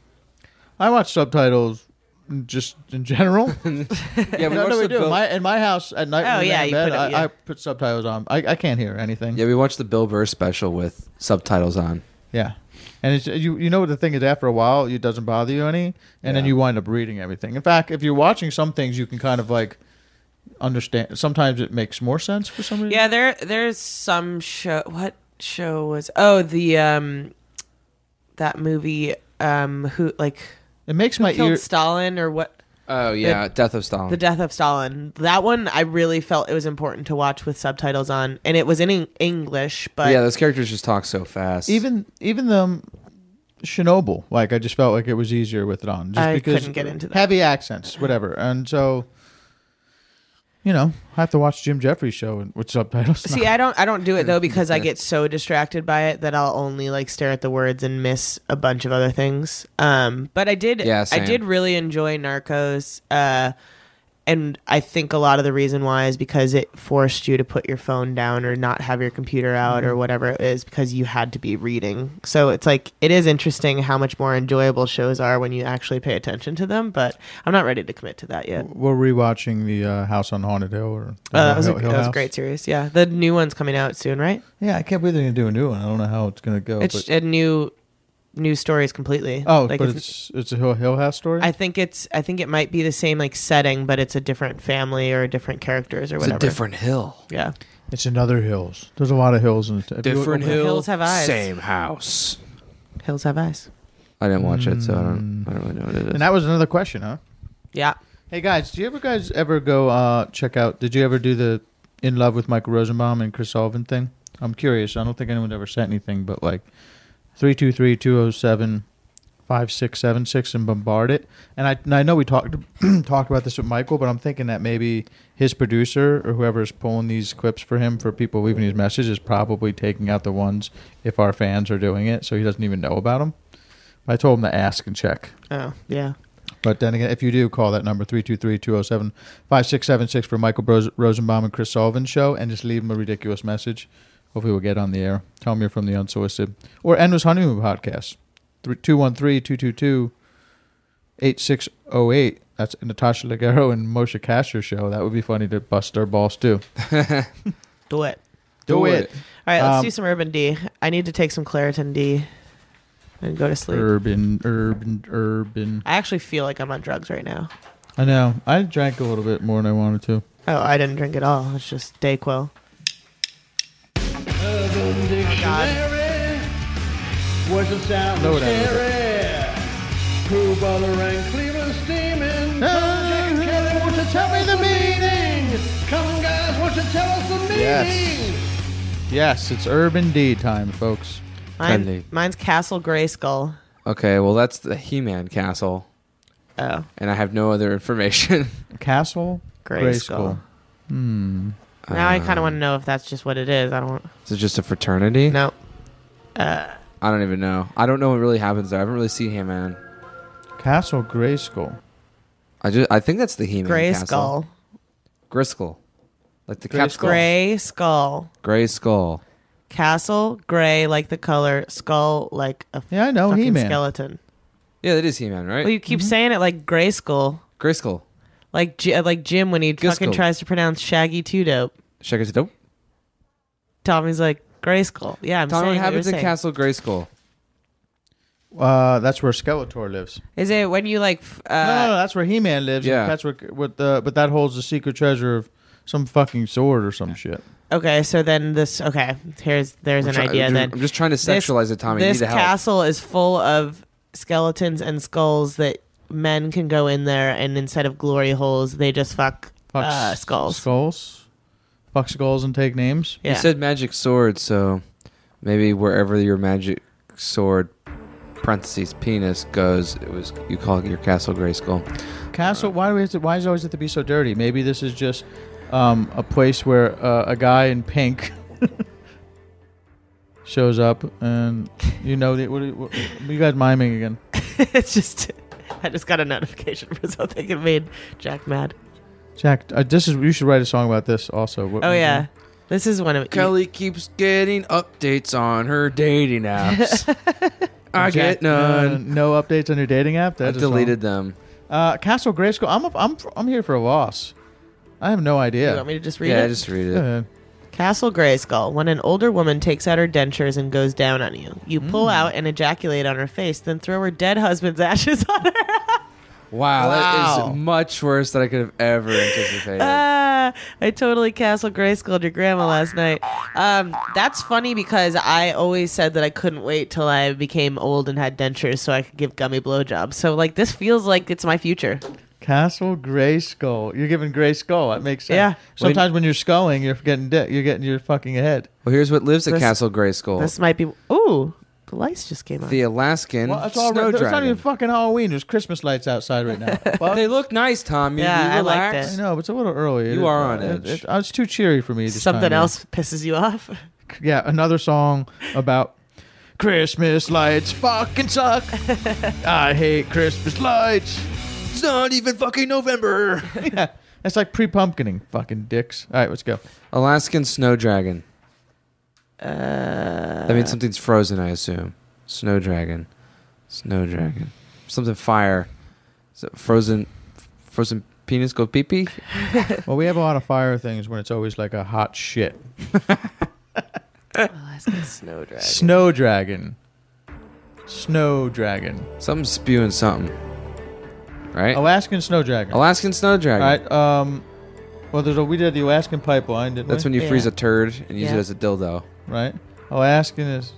I watch subtitles just in general.
<laughs> Yeah,
no, no,
watched
we
the
do.
Bill-
My, in my house at night,
Oh,
when we
yeah,
lay in
you
bed,
put it-
I,
yeah.
I put subtitles on. I, I can't hear anything.
yeah, we watched the Bill Burr special with subtitles on.
Yeah. And it's, you you know what the thing is after a while it doesn't bother you any and then
Yeah.
you wind up reading everything. In fact, if you're watching some things you can kind of like understand sometimes it makes more sense for some reason.
Yeah, there there's some show. What show was? Oh, the um, that movie. Um, who like
It makes my
killed
ear
Stalin or what?
Oh yeah, Death of Stalin.
The Death of Stalin. That one I really felt it was important to watch with subtitles on, and it was in Eng- English. But
yeah, those characters just talk so fast.
even even the Chernobyl, like I just felt like it was easier with it on just
I
because
couldn't get into that.
heavy accents, whatever. And so you know, I have to watch Jim Jeffries show and- with subtitles.
See, I don't I don't do it though because I get so distracted by it that I'll only like stare at the words and miss a bunch of other things. Um, but I did
Yeah,
I
same.
did really enjoy Narcos. Uh, and I think a lot of the reason why is because it forced you to put your phone down or not have your computer out
Mm-hmm.
or whatever it is because you had to be reading. So it's like it is interesting how much more enjoyable shows are when you actually pay attention to them, but I'm not ready to commit to that yet.
We're rewatching the uh, House on Haunted Hill or
Uh, that was a,
Hill-
that
Hill
was a
House.
great series. Yeah. The new one's coming out soon, right?
Yeah, I can't believe they're gonna do a new one. I don't know how it's gonna go.
It's
Oh, but,
a new new stories completely.
oh,
like
but
it's,
it's, it's a Hill, Hill House story.
I think it's I think it might be the same like setting, but it's a different family or different characters or
it's
whatever.
a different hill.
yeah.
it's another hills. There's a lot of hills in the
Different hill.
Hills have eyes.
Same house.
Hills have eyes.
I didn't watch it, so I don't. I don't really know what it is.
And that was another question, huh?
Yeah.
Hey guys, do you ever guys ever go uh, check out? Did you ever do the In Love with Michael Rosenbaum and Chris Sullivan thing? I'm curious. I don't think anyone ever sent anything, but like three two three two zero seven five six seven six and bombard it. And I, and I know we talked <clears throat> talked about this with Michael, but I'm thinking that maybe his producer or whoever is pulling these clips for him for people leaving his message is probably taking out the ones if our fans are doing it, so he doesn't even know about them. I told him to ask and check.
Oh, yeah.
But then again, if you do call that number, 323-207-5676 for Michael Bros- Rosenbaum and Chris Sullivan show, and just leave them a ridiculous message. Hopefully we'll get on the air. Tell them you're from the Unsolicited. Or Endless Honeymoon Podcast, Three- 213-222-8608. That's Natasha Leggero and Moshe Kasher show. That would be funny to bust their balls, too.
Do it.
Do it.
All right, let's
Um,
do some Urban D. I need to take some Claritin D and go to sleep.
Urban, urban, urban.
I actually feel like I'm on drugs right now.
I know. I drank a little bit more than I wanted to.
Oh, I didn't drink at all. It's just Dayquil. Oh, God.
No, it ain't. Yes. Yes, it's Urban D time, folks.
Mine,
Trendy.
mine's Castle Grayskull.
okay, well that's the He-Man castle,
Oh,
and I have no other <laughs> information.
Castle
Grayskull. Now I kind of want to know if that's just what it is. I don't.
Is it just a fraternity?
No.
I don't even know. I don't know what really happens there. I haven't really seen He-Man.
Grayskull. Castle Grayskull.
I just. I think that's the He-Man castle.
Grayskull.
Griskull. Like the
Gray
cap skull. Gray.
Gray skull.
skull.
Castle gray like the color. Skull like a
Yeah, I know
fucking
He-Man. Mm-hmm.
skeleton.
Yeah, that is He-Man, right?
Well, you keep saying it like gray skull.
Griskull.
Like J- uh, like Jim when he fucking
Griskull.
tries to pronounce Shaggy Two Dope.
Check it out.
Tommy's like gray skull. Yeah, I'm
Tell me what
saying what
happens
you're
in
saying.
Castle Grayskull.
Uh, that's where Skeletor lives.
Is it when you like? f- Uh,
No, no, no, that's where He-Man lives.
yeah.
That's where with the but that holds the secret treasure of some fucking sword or some shit.
Okay, so then this. Okay, here's there's an
try-
idea.
I'm
Then
just- I'm just trying to
This-
sexualize it, Tommy. You
This
need to help.
castle is full of skeletons and skulls that men can go in there, and instead of glory holes, they just fuck,
Fuck
uh,
s-
skulls.
Skulls. Fuck skulls and take names.
Yeah.
You said magic sword, so maybe wherever your magic sword parentheses penis goes, it was you call it your castle gray skull.
Castle. Why do we have to, Why is it always have to be so dirty? Maybe this is just um, a place where uh, a guy in pink <laughs> shows up, and you know the, what, are you- what, what are you guys miming again?
<laughs> it's just. I just got a notification for something that made Jack mad.
Jack, uh, this is you should write a song about this also. What-
Oh yeah,
Mm-hmm.
this is one of
Kelly keeps getting updates on her
<laughs>
dating apps. I
Jack,
get none.
uh, no updates on your dating app.
I
That's a song.
deleted them.
Uh, Castle Grayskull. I'm, a, I'm, I'm here for a loss. I have no
You
idea.
want me to just read
Yeah,
it? Uh,
just read
Go
it.
ahead.
Castle Grayskull. When an older woman takes out her dentures and goes down on you, you
Mm.
pull out and ejaculate on her face, then throw her dead husband's <laughs> ashes on her.
Wow, that
Wow.
is much worse than I could have ever anticipated.
Ah, <laughs> I totally Castle Grayskulled your grandma last night. Um, that's funny because I always said that I couldn't wait till I became old and had dentures so I could give gummy blowjobs. So like this feels like it's my future.
Castle Grayskull. You're giving Grayskull. That makes sense.
Yeah.
Sometimes when you're sculling, you're getting di- you're getting your fucking head.
well, here's what lives at
This-
Castle Grayskull.
This might be. Ooh, the lights just came on.
the Alaskan
Well, it's, all
snow
it's not
dragon.
even fucking Halloween. There's Christmas lights outside
<laughs>
right now. Well,
they look nice, Tom. You,
Yeah,
you
I liked
relax.
I know, but it's a little early.
You
It- uh,
are on
it-
edge.
It, it's too cheery for me. This
Something
time of year.
else pisses you off. <laughs>
yeah, another song about Christmas lights
<laughs>
fucking suck. I hate Christmas lights. It's not even fucking November. yeah, that's like pre pumpkining, fucking dicks. All right, let's go.
Alaskan snow dragon. Uh, that means something's frozen, I assume. Snow dragon, snow dragon, something fire, so frozen, frozen penis go pee pee.
Well, we have a lot of fire things when it's always like a hot shit.
Snow dragon.
Snow dragon. Snow dragon.
Something spewing something, right?
Alaskan snow dragon.
Alaskan snow
All
dragon.
right. Um. Well, there's a we did the Alaskan pipeline, didn't
That's
we?
when you freeze
Yeah.
a turd and use it
Yeah.
as a dildo.
right. Alaskan is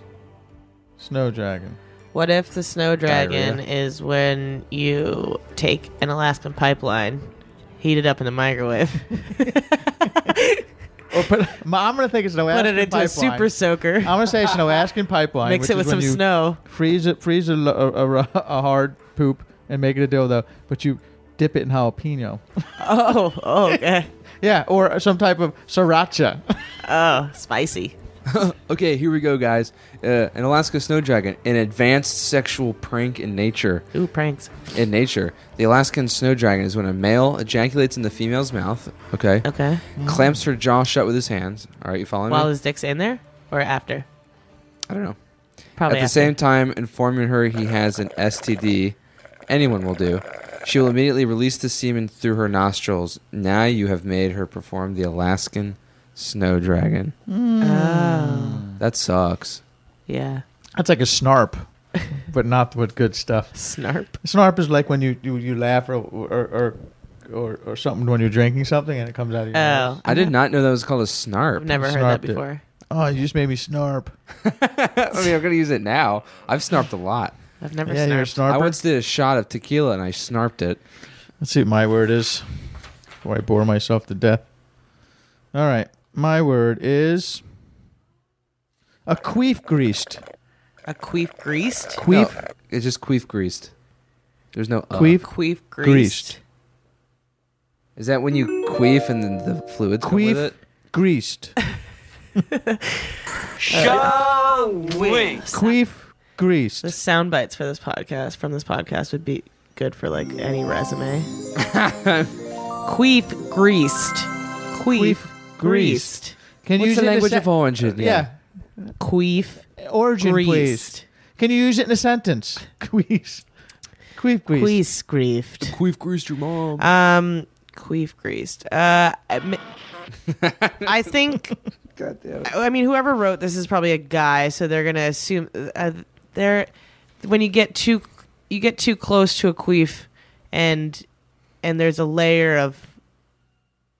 snow dragon.
<laughs> What if the snow dragon
Diarrhea.
is when you take an Alaskan pipeline, heat it up in the microwave, <laughs>
Or put, I'm gonna think it's an Alaskan
put it into
pipeline.
a super soaker,
I'm gonna say it's an Alaskan pipeline.
<laughs> mix
which
it
is
with
when
some
you
snow.
Freeze it, freeze a, a, a, <laughs> a hard poop and make it a dildo, but you dip it in jalapeno. <laughs>
Oh, oh, okay.
yeah, or some type of sriracha. <laughs>
Oh, spicy.
Okay, here we go, guys. Uh, an Alaska snow dragon, an advanced sexual prank in nature.
Ooh, pranks.
In nature, the Alaskan snow dragon is when a male ejaculates in the female's mouth. Okay.
Okay.
Clamps her jaw shut with his hands. All right, you following
While
me?
his dick's in there or after?
I don't know.
Probably
At the
after.
same time, informing her he has an STD. Anyone will do. She will immediately release the semen through her nostrils. Now you have made her perform the Alaskan snow dragon.
Mm. Hmm.
That sucks.
Oh, Yeah.
That's like a snarp, but not with good stuff.
Snarp.
Snarp is like when you you, you laugh or or, or or or something when you're drinking something and it comes out of your
Oh,
mouth.
I did not know that was called a snarp.
I've never heard that
Snarped it.
before.
Oh, you just made me snarp.
<laughs> I mean, I'm gonna use it now. I've snarped a lot.
I've never
yeah, you're a snarper.
snarped.
I once did a shot of tequila and I snarped it.
Let's see what my word is before I bore myself to death. All right. My word is a queef greased.
A queef greased?
Queef
No, it's just queef greased. There's no uh.
Queef?
Queef greased.
Greased.
Is that when you queef and then the fluids come with
queef
it?
greased.
<laughs>
Wait.
queef greased.
The sound bites for this podcast from this podcast would be good for like any <laughs> resume. queef greased. Queef,
Queef greased.
greased.
Can
What's
use
the
it in a
language
sen-
of origin?
Yeah.
Queef
Origin please.
greased.
Can you use it in a sentence? <laughs> Queef. Queef greased.
Queef griefed.
Queef greased your mom.
Um, queef greased. Uh, I mi-
<laughs>
I think. I mean, whoever wrote this is probably a guy, so they're gonna assume uh, they're when you get too you get too close to a queef, and and there's a layer of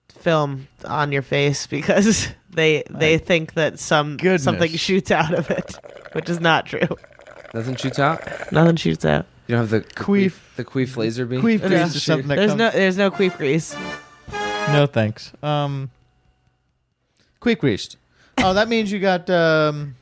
film on your face because <laughs> they they think that some
goodness.
something shoots out of it, which is not true.
Nothing shoots out.
Nothing shoots out.
You don't have the
Queef.
the queef laser beam.
Queef
Yeah.
greased is something that
There's
comes-
no there's no queef grease.
No thanks. Um, quick greased. Oh, that means you got. Um,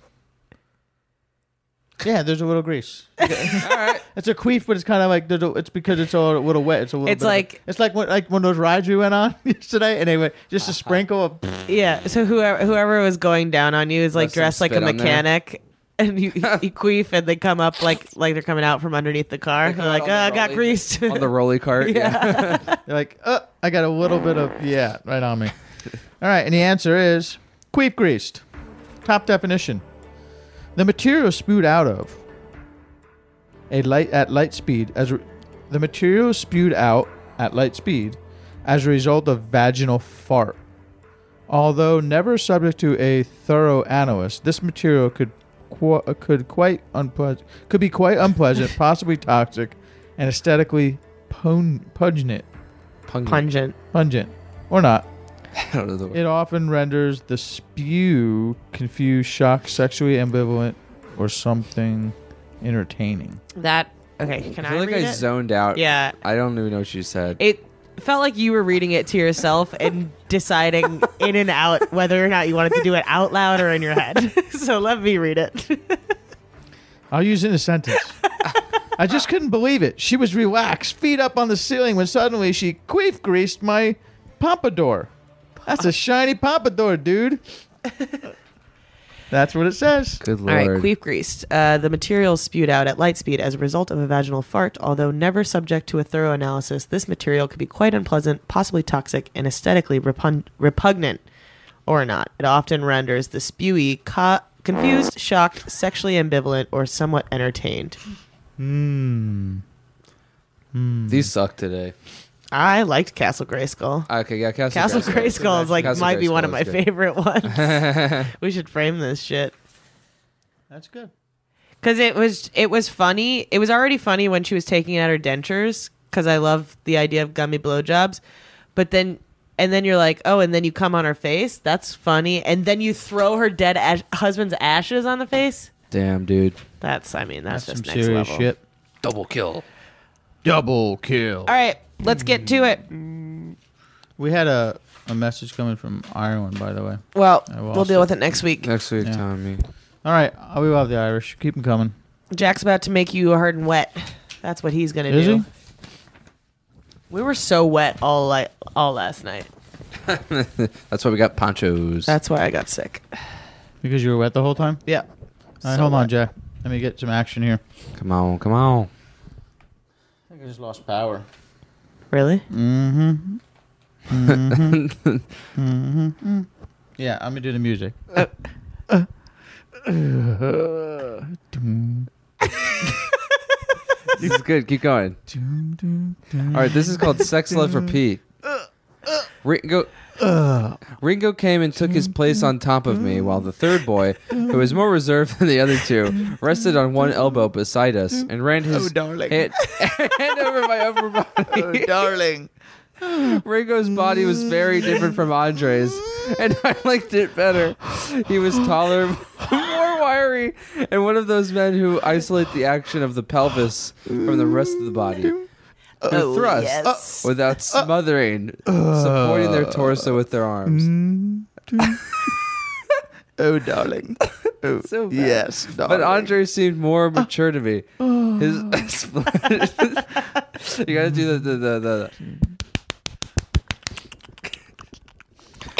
yeah, there's a little
<laughs>
grease. all right. It's a queef, but it's kind of like there's a- it's because it's all a little wet. It's a little.
It's
bit of a-
like-
it's like when, like one of those rides we went on <laughs> yesterday, and they went just a
Uh-huh.
sprinkle of.
Yeah. So whoever whoever was going down on you is like
Left some
dressed like a
spit on there.
mechanic, <laughs>
<laughs>
and you, you queef, and they come up like like they're coming out from underneath the car. They're like, oh, I got greased. <laughs>
on the rolly cart. Yeah.
They're like, uh, I got a little bit of yeah, right on me. All right, and the answer is queef greased. Top definition: the material spewed out of a light at light speed as re- The material is spewed out at light speed as a result of vaginal fart. Although never subject to a thorough analysis, this material could qu- could quite unpleasant could be quite unpleasant, possibly toxic, and aesthetically pun- pungent,
Pungent.
Pungent.
pungent, or not.
I don't know the word.
It often renders the spew confused, shocked, sexually ambivalent, or something entertaining.
That okay? Can
I
I,
feel like
read
I
it?
zoned out.
Yeah.
I don't even know what she said.
It felt like you were reading it to yourself
<laughs>
and deciding in and out whether or not you wanted to do it out loud or in your head. <laughs> so let me read it.
I'll use it in a
<laughs>
sentence. I just couldn't believe it. She was relaxed, feet up on the ceiling, when suddenly she queef greased my pompadour.
<laughs>
That's a shiny pompadour, dude. That's what it says.
Good
All
lord.
right, queef greased. Uh, the material spewed out at light speed as a result of a vaginal fart, although never subject to a thorough analysis, this material could be quite unpleasant, possibly toxic, and aesthetically repun- repugnant, or not. It often renders the spewy co- confused, shocked, sexually ambivalent, or somewhat entertained.
These suck today.
I liked Castle Grayskull.
Okay, yeah, Castle,
Castle Grayskull is like
Castle
might be
Grayskull
one of
is
my
good.
favorite ones.
<laughs>
we should frame this shit.
That's good.
Cause it was it was funny. It was already funny when she was taking out her dentures. Cause I love the idea of gummy blowjobs, but then and then you're like, oh, and then you come on her face. That's funny. And then you throw her dead ash- husband's ashes on the face.
Damn, dude.
That's I mean that's,
That's some
just next
serious
level.
shit.
Double kill.
Double kill.
All right, let's get to it.
We had a, a message coming from Ireland, by the way.
Well,
I lost
we'll deal
it.
with it next week.
Next week,
Yeah.
Tommy.
All right, uh, we love the Irish. Keep them coming.
Jack's about to make you hard and wet. That's what he's gonna
Is
do.
he?
We were so wet all like all last night.
That's why we got ponchos.
That's why I got sick.
Because you were wet the whole time.
Yeah.
All right, hold on, Jack. Let me get some action here.
come on, come on.
I think I just lost power.
Really?
Yeah, I'm gonna do the music.
This is good. Keep going. All right, this is called Sex Love Repeat. Ringo, Ringo came and took his place on top of me, while the third boy, who was more reserved than the other two, rested on one elbow beside us and ran
Oh,
his hand, <laughs> hand over my upper body.
darling.
Ringo's body was very different from Andre's, and <laughs> I liked it better. He was taller, <laughs> more wiry, and one of those men who isolate the action of the pelvis from the rest of the body. Who thrust
yes.
without smothering, supporting their torso with their arms.
Oh, darling. Oh,
So bad.
yes,
But Andre seemed more mature to me. His <laughs> you gotta do the the the. the.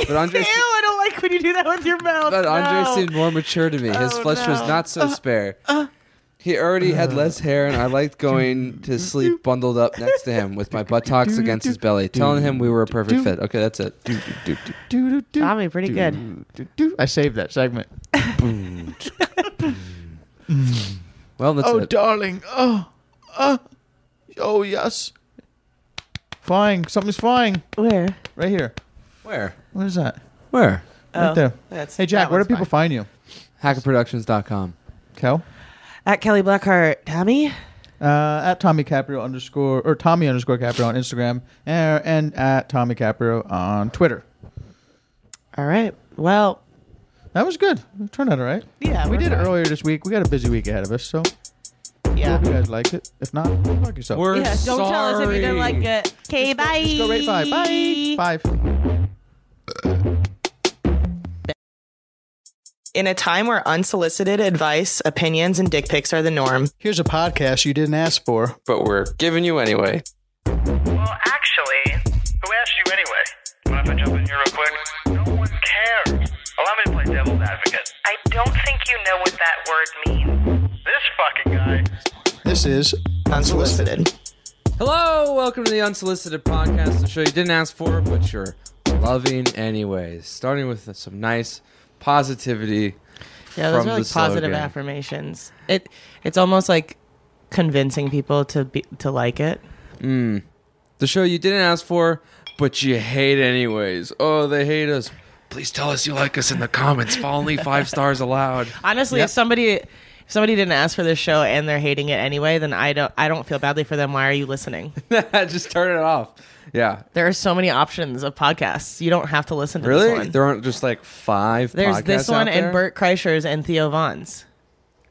But Andre.
Ew, I don't like when you do that with your mouth.
But Andre
Oh, no.
seemed more mature to me. His
Oh,
flesh was
no. uh.
not so spare. he already had less hair, and I liked going to sleep bundled up next to him with my buttocks against his belly, telling him we were a perfect fit. Okay, that's it.
Tommy, pretty good.
I saved that segment.
Well, that's
oh,
it.
darling. Oh, uh, oh, yes. Flying. Something's flying.
Where?
Right here.
Where?
What is that?
Where?
Oh,
right there.
That's,
Hey, Jack,
that
where do
one's
people
fine.
find you?
Hackerproductions.com.
Kel?
At Kelly Blackheart, Tommy.
Uh, at Tommy Caprio underscore, or Tommy underscore Caprio on Instagram, and, and at Tommy Caprio on Twitter.
All right. Well,
That was good. It turned out all right.
yeah,
We
we're
did it
fine.
earlier this week. We got a busy week ahead of us, so
Yeah.
hope you guys liked it. If not, fuck yourself.
We're
Yeah. Don't
sorry.
tell us if you didn't like it. Okay, bye.
Let's go rate five. Bye. Five.
In a time where unsolicited advice, opinions, and dick pics are the norm,
Here's a podcast you didn't ask for.
But we're giving you anyway.
Well, actually, who asked you anyway? Mind if I jump in here real quick? No one cares. Allow me to play devil's advocate. I don't think you know what that word means. This fucking guy.
This is
unsolicited.
Hello, welcome to the Unsolicited Podcast, the show you didn't ask for, but you're loving anyways. Starting with some nice positivity.
Yeah, those
from
are
the
like positive
slogan.
affirmations. It it's almost like convincing people to be to like it.
The show you didn't ask for, but you hate anyways. Oh, they hate us. Please tell us you like us in the comments. Only five stars allowed. <laughs>
Honestly, if somebody if somebody didn't ask for this show and they're hating it anyway, then I don't I don't feel badly for them. Why are you listening?
Just turn it off. Yeah.
<laughs> there are so many options of podcasts. You don't have to listen to this
Really?
one.
There aren't just like five.
There's
podcasts
this one
out
and
there?
Bert Kreischer's and Theo Vaughn's.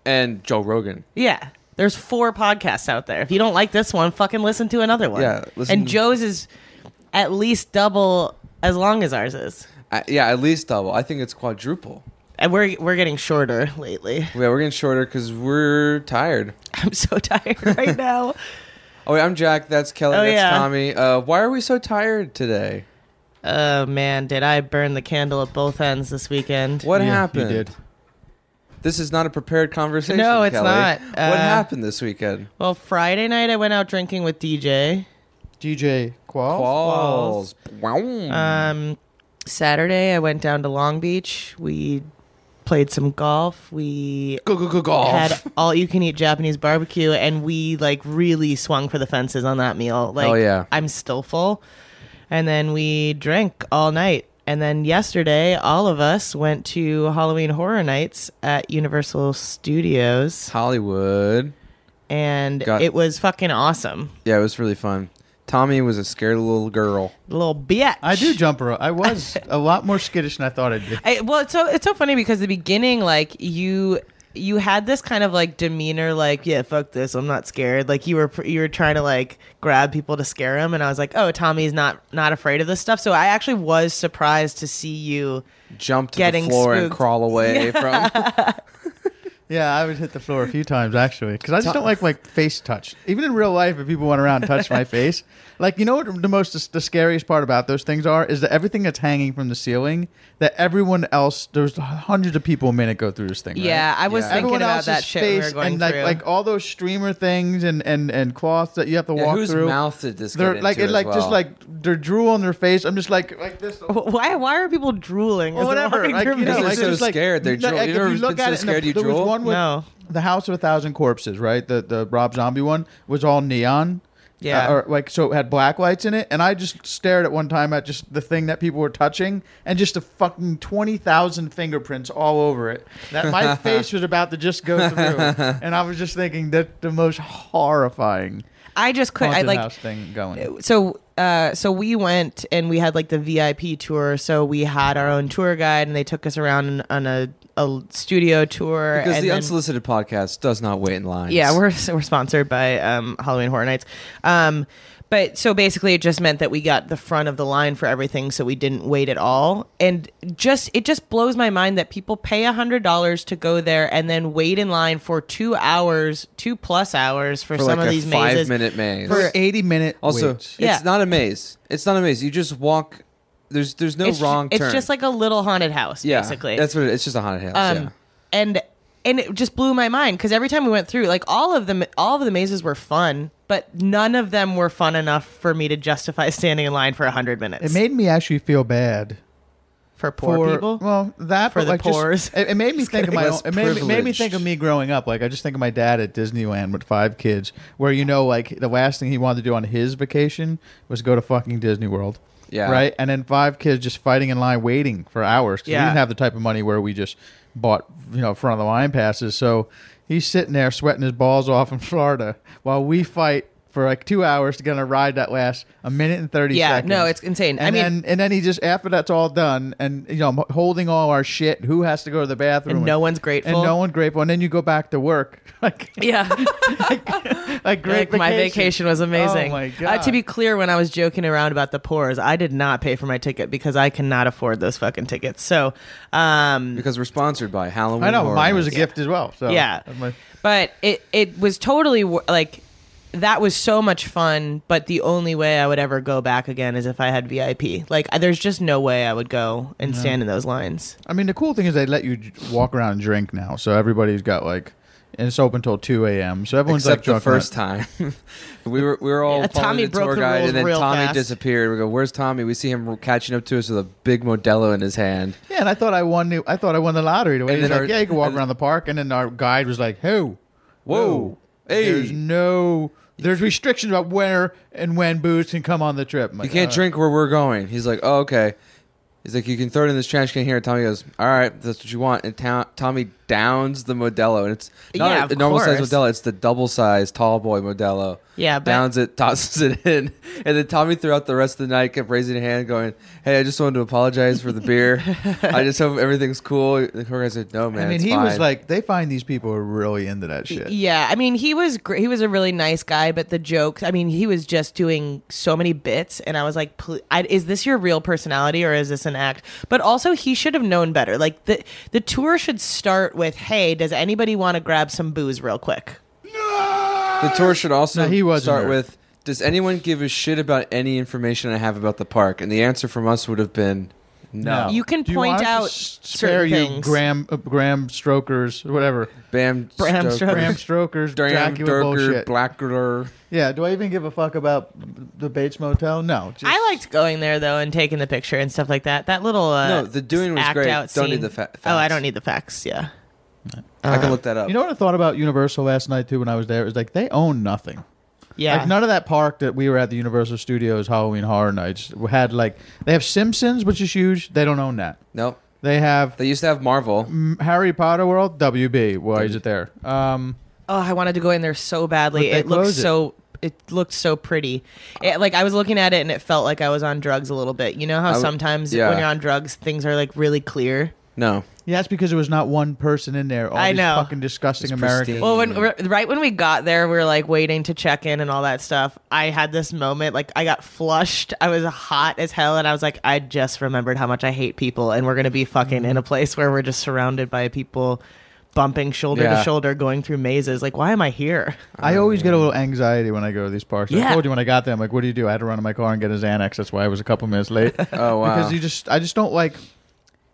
and Joe Rogan.
Yeah. There's four podcasts out there. If you don't like this one, fucking listen to another one.
Yeah, listen-
And Joe's is at least double as long as ours is.
Uh, yeah, at least double. I think it's quadruple.
And we're we're getting shorter lately. <laughs>
Yeah, we're getting shorter because we're tired.
I'm so <laughs> tired
<laughs>
right now.
Oh, wait, I'm Jack. That's Kelly.
Oh,
that's
yeah.
Tommy. Uh, why are we so tired today?
oh man, did I burn the candle at both ends this weekend?
What
Yeah, you
happened?
did.
This is not a prepared conversation.
No, it's
Kelly.
not.
What
Uh,
happened this weekend?
Well, Friday night I went out drinking with DJ.
DJ Qual.
Balls. Wow.
Um, Saturday I went down to Long Beach. We played some golf. We
go go go golf.
had all you can eat Japanese barbecue, and we like really swung for the fences on that meal. Like,
Hell yeah.
I'm still full. And then we drank all night. And then yesterday, all of us went to Halloween Horror Nights at Universal Studios,
Hollywood.
and
Got-
it was fucking awesome.
Yeah, it was really fun. Tommy was a scared little girl.
Little bitch.
I do jump around. I was a lot more skittish than I thought I'd be.
I, well, it's so it's so funny because the beginning, like you you had this kind of like demeanor, like yeah, fuck this, I'm not scared. Like you were pr- you were trying to like grab people to scare him, and I was like, oh, Tommy's not not afraid of this stuff. So I actually was surprised to see you.
Jump to
Getting
the floor and
spooked.
crawl
<laughs>
away from.
Yeah, I would hit the floor a few times actually, because I just don't like like face touch. Even in real life, if people went around and
<laughs>
touched my face, like you know what the most the scariest part about those things are is that everything that's hanging from the ceiling that everyone else there's hundreds of people a minute go through this thing. right?
Yeah, I was
Yeah.
thinking
Everyone
about
else's
that shit when we were
face
going
and like
through.
like all those streamer things and and and cloths that you have to
Yeah,
walk
whose
through.
mouth did this?
they're
get
like
into
it
as
like just
well?
like they're drool on their face. I'm just like like this.
<laughs> why why are people drooling?
Or
Is it
whatever.
walking
Like,
through
you
Because
know,
me?
they're
like,
so
there's, like,
scared, they're
no,
drool-
like,
you
if
never
you look
been
at
so
it, and
scared
the,
you
there
drool?
was one with
No.
the House of a Thousand Corpses, right? The the Rob Zombie one was all neon.
Yeah.
Uh, or like so it had black lights in it, and I just stared at one time at just the thing that people were touching, and just the fucking twenty thousand fingerprints all over it. That
<laughs>
my face was about to just go through, and I was just thinking that the most horrifying
I just couldn't. I
haunted
like
house thing going.
so uh so we went and we had like the VIP tour so we had our own tour guide and they took us around on a, a studio tour
Because
and
the
then-
unsolicited podcast does not wait in line.
yeah we're we're sponsored by um Halloween Horror Nights um but so basically it just meant that we got the front of the line for everything so we didn't wait at all and just it just blows my mind that people pay a hundred dollars to go there and then wait in line for two hours two plus hours for,
for
some
like
of
a
these
five
mazes
minute maze.
For-
Eighty minute
also,
waits.
it's
Yeah.
not a maze. It's not a maze. You just walk. There's there's no
it's,
wrong
it's
turn.
just like a little haunted house
yeah,
basically
That's what it, it's just a haunted house.
Um,
yeah.
and and it just blew my mind because every time we went through, like all of them, all of the mazes were fun, but none of them were fun enough for me to justify <laughs> standing in line for hundred minutes.
It made me actually feel bad
for poor
for-
people.
Well, that
For
but,
the
like, just-
poors.
it, it
<laughs>
made me think of my own,
Less
it made, me- made me think of
privileged.
me growing up. Like I just think of my dad at Disneyland with five kids, where you know, like the last thing he wanted to do on his vacation was go to fucking Disney World.
Yeah.
Right. And then five kids just fighting in line, waiting for hours. 'cause We
Yeah.
didn't have the type of money where we just bought, you know, front of the line passes. So he's sitting there sweating his balls off in Florida while we fight. For like two hours to get on a ride that lasts a minute and thirty
Yeah,
seconds.
no, it's insane. I
And
mean-
then- and then he just after that's all done, and you know, I'm holding all our shit. Who has to go to the bathroom?
And no one's grateful.
And no one grateful. And then you go back to work. <laughs>
<laughs>
Like,
<laughs> yeah,
like great.
like my vacation was amazing.
Oh my
Uh,
god.
to be clear, when I was joking around about the poors, I did not pay for my ticket because I cannot afford those fucking tickets. So, um,
because we're sponsored by Halloween.
I know
Horror
mine was a
Nights.
gift as well. So
Yeah.
that's my-
but it it was totally wor- like that was so much fun but the only way i would ever go back again is if i had vip like I- there's just no way i would go and stand in those lines
I mean, the cool thing is they let you j- walk around and drink now, so everybody's got like, and it's open till two a.m. So everyone's
Except
like
the
drunk
first
on it.
time, <laughs> we were we were all
Yeah,
following
Tommy
the
broke
tour
the
guide,
rules
and then
real
Tommy
fast.
disappeared. We go, "Where's Tommy?" We see him catching up to us with a big Modelo in his hand.
Yeah, and I thought I won. The, I thought I won the lottery. The way
And
he's
then
like,
our-
yeah, you can walk
and-
around the park, and then our guide was like, who?
Whoa. Hey.
There's no. There's restrictions about where and when booze can come on the trip. I'm
You
like,
can't
"Uh,
drink where we're going. He's like, oh, okay. He's like, you can throw it in this trash can here. And Tommy goes, all right, that's what you want. And Ta- Tommy downs the Modelo. And it's not
Yeah,
the
of
normal size
course.
Modelo. It's the double size tall boy Modelo.
Yeah, but-
Downs it, tosses it <laughs> in. And then Tommy throughout the rest of the night kept raising a hand going, hey, I just wanted to apologize for the beer. I just hope everything's cool. And The guy said, no, man,
I mean,
it's
he was
fine."
like, they find these people are really into that shit.
Yeah, I mean, he was great. He was a really nice guy, but the jokes. I mean, he was just doing so many bits, and I was like, "Pl- I, "Is this your real personality, or is this an act?" But also, he should have known better. Like the the tour should start with, "Hey, does anybody want to grab some booze real quick?"
The tour should also
No, he wasn't
start
hurt.
with Does anyone give a shit about any information I have about the park? And the answer from us would have been no.
You can
Do you
point
want us to
out
s- spare
certain
you
things.
Graham, uh, Graham Strokers,
<laughs>
whatever.
Bam,
Bram Stoker. <laughs>
Graham Strokers,
Bram
Dracula
Durker,
bullshit.
Blacker.
yeah, do I even give a fuck about the Bates Motel? No. Just,
I liked going there though and taking the picture and stuff like that. That little uh,
No, the doing was
act
great.
Out
Don't need
scene.
the fa-
Oh, I
facts.
don't need the facts. Yeah,
I
Uh-huh.
can look that up.
You know what I thought about Universal last night too when I was there? It was like they own nothing.
yeah.
Like none of that park that we were at the Universal Studios Halloween Horror Nights had like they have Simpsons, which is huge. They don't own that.
no.
They have
They used to have Marvel.
mm, Harry Potter World WB. Why is it there? Um,
Oh, I wanted to go in there so badly.
But they
It looked
closed it.
so. It looked so pretty. It, like I was looking at it and it felt like I was on drugs a little bit. You know how
w-
sometimes
yeah.
when you're on drugs, things are like really clear.
No.
yeah, that's because there was not one person in there. All
I
these
know.
fucking disgusting
It's pristine.
Americans.
Well, when r- right when we got there, we were like waiting to check in and all that stuff. I had this moment, like I got flushed. I was hot as hell, and I was like, I just remembered how much I hate people, and we're gonna be fucking
Mm.
in a place where we're just surrounded by people bumping shoulder
Yeah.
to shoulder, going through mazes. Like, why am I here? <laughs>
I always get a little anxiety when I go to these parks. I
Yeah.
told you when I got there, I'm like, "What do you do?" I had to run to my car and get his Xanax. That's why I was a couple
<laughs>
minutes late. <laughs>
<laughs>
Oh, wow.
Because you just, I just don't like.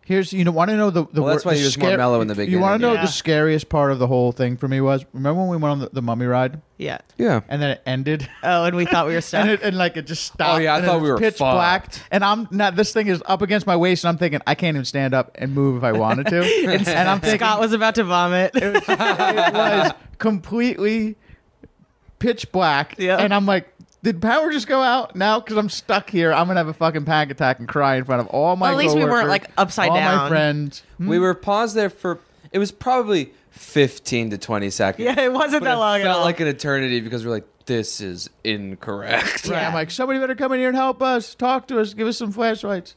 Here's you know want to know the the
Well, that's
wor-
why
the
he was more mellow in the
You want
beginning,
to know
yeah.
the scariest part of the whole thing for me was remember when we went on the, the mummy ride
Yeah.
Yeah.
and then it ended. <laughs>
Oh, and we
<laughs>
thought we were stuck.
And, it, and like it just stopped.
Oh, yeah, I
and
thought
it's
we were
pitch
fucked.
black, and I'm not. This thing is up against my waist, and I'm thinking I can't even stand up and move if I wanted
<laughs>
to. and, I'm thinking
Scott was about to vomit.
it was completely pitch black.
Yeah.
And I'm like, did power just go out now? Because I'm stuck here. I'm gonna have a fucking panic attack and cry in front of all my.
Well, at least we weren't,
coworkers,
like, upside
all my
down. Mm-hmm.
friends.
We were paused there for, it was probably 15 to 20 seconds.
<laughs> yeah, it
But
wasn't that
it
long
felt
at all.
like an eternity because we're like, this is incorrect.
Right. I'm like, somebody better come in here and help us. Talk to us. Give us some flashlights.